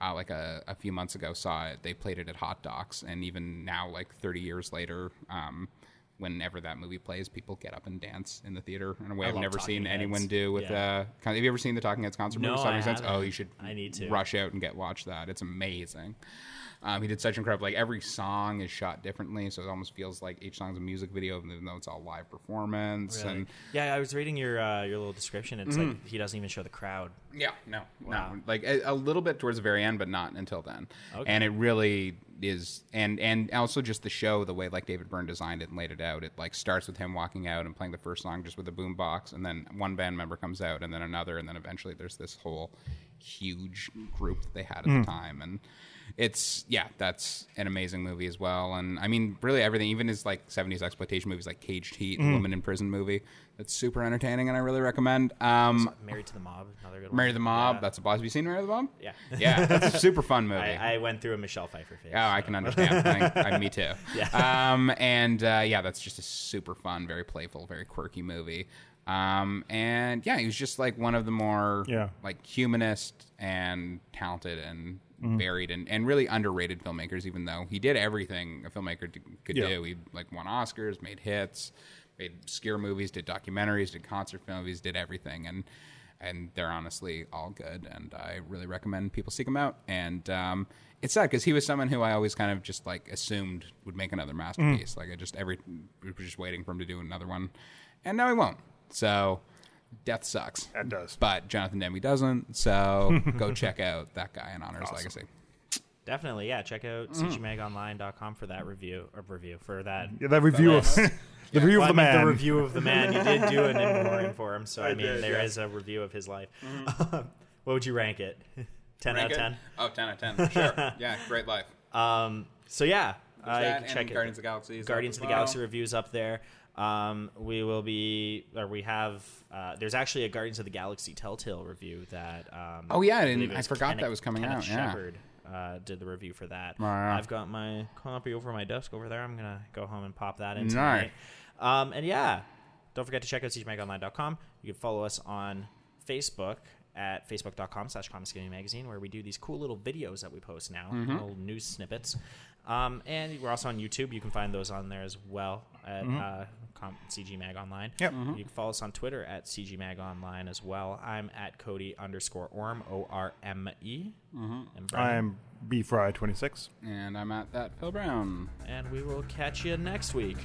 S2: uh, like a, a few months ago saw it. They played it at Hot Docs, and even now, like thirty years later. Um, Whenever that movie plays, people get up and dance in the theater in a way I have
S1: love
S2: never seen
S1: Talking
S2: anyone
S1: Heads.
S2: do. With
S1: Yeah.
S2: uh, con- have you ever seen the Talking Heads concert?
S1: No,
S2: movie, Stop
S1: I
S2: Making Sense?
S1: haven't.
S2: Oh, you should.
S1: I need to.
S2: rush out and get watch that. It's amazing. Um, he did such incredible. Like every song is shot differently, so it almost feels like each song's a music video, even though it's all live performance.
S1: Really.
S2: And
S1: yeah, I was reading your uh, your little description. It's
S2: Mm.
S1: like he doesn't even show the crowd.
S2: yeah, no,
S1: Wow.
S2: no, like a, a little bit towards the very end, but not until then. And it really is, and and also just the show, the way like David Byrne designed it and laid it out. It like starts with him walking out and playing the first song just with a boom box, and then one band member comes out, and then another, and then eventually there's this whole huge group that they had at the time, and it's yeah, that's an amazing movie as well. And I mean, really everything, even his like '70s exploitation movies like Caged Heat, the Woman in Prison movie, that's super entertaining, and I really recommend. Um,
S1: Married to the Mob, another good one.
S2: Marry the Mob.
S1: Yeah.
S2: That's a boss. Have you seen Marry the Mob?
S1: Yeah. [laughs]
S2: Yeah, that's a super fun movie.
S1: I, I went through a Michelle Pfeiffer phase.
S2: Oh, I can understand. I, I, me
S1: [laughs]
S2: too. Yeah. Um, and uh, yeah, that's just a super fun, very playful, very quirky movie. Um, and yeah, he was just like one of the more
S3: Yeah.
S2: like humanist and talented and
S3: Mm-hmm.
S2: varied and, and really underrated filmmakers. Even though he did everything a filmmaker d- could
S3: Yeah.
S2: do, he like won Oscars, made hits, made obscure movies, did documentaries, did concert movies, did everything, and and they're honestly all good. And I really recommend people seek him out. And um, it's sad because he was someone who I always kind of just like assumed would make another
S3: Mm.
S2: masterpiece. Like I just every we were just waiting for him to do another one, and now he won't. So death sucks.
S3: That does.
S2: But Jonathan Demme doesn't. So
S3: [laughs]
S2: go check out that guy in Honors Legacy.
S1: Definitely, yeah. Check out
S2: Mm.
S1: cgmagonline.com for that review or review for that.
S3: Yeah, that review of
S1: list.
S3: [laughs] the review
S1: Well,
S3: of
S1: I
S3: the
S1: meant
S3: man.
S1: the review of the man. You did do an in
S3: [laughs]
S1: for him, so I, mean there
S5: did,
S1: is
S5: yeah.
S1: a review of his life.
S2: Mm-hmm.
S1: [laughs] Um, what would you rank it? [laughs] Ten out of ten.
S2: Oh, 10 out of 10. For sure. yeah, great life.
S1: So yeah, uh, you
S2: That
S1: can
S2: and
S1: check it.
S2: Guardians of the Galaxy. is
S1: Guardians
S2: up
S1: of the
S2: as well.
S1: Galaxy reviews up there. Um, we will be, or we have. Uh, there's actually a Guardians of the Galaxy Telltale review that. Um,
S2: Oh, yeah, I didn't-
S1: believe it
S2: I
S1: was
S2: forgot
S1: Kenneth-
S2: that was coming
S1: Kenneth
S2: out, yeah.
S1: Shepard uh, did the review for that.
S2: Wow.
S1: I've got my copy over my desk over there. I'm gonna go home and pop that in
S2: Nice.
S1: tonight. Um, and yeah, don't forget to check out cgmagonline.com. You can follow us on Facebook at facebook.com slash comics Gaming magazine where we do these cool little videos that we post now
S3: Mm-hmm.
S1: little news snippets um, and we're also on youtube you can find those on there as well at uh, com- cg mag online
S3: Mm-hmm. Yep. Mm-hmm.
S1: you can follow us on twitter at cg mag online as well i'm at cody underscore orm o-r-m-e E. and, Brian.
S3: Mm-hmm. I'm B Fry 26.
S2: And I'm at that Phil Brown.
S1: and we will catch you next week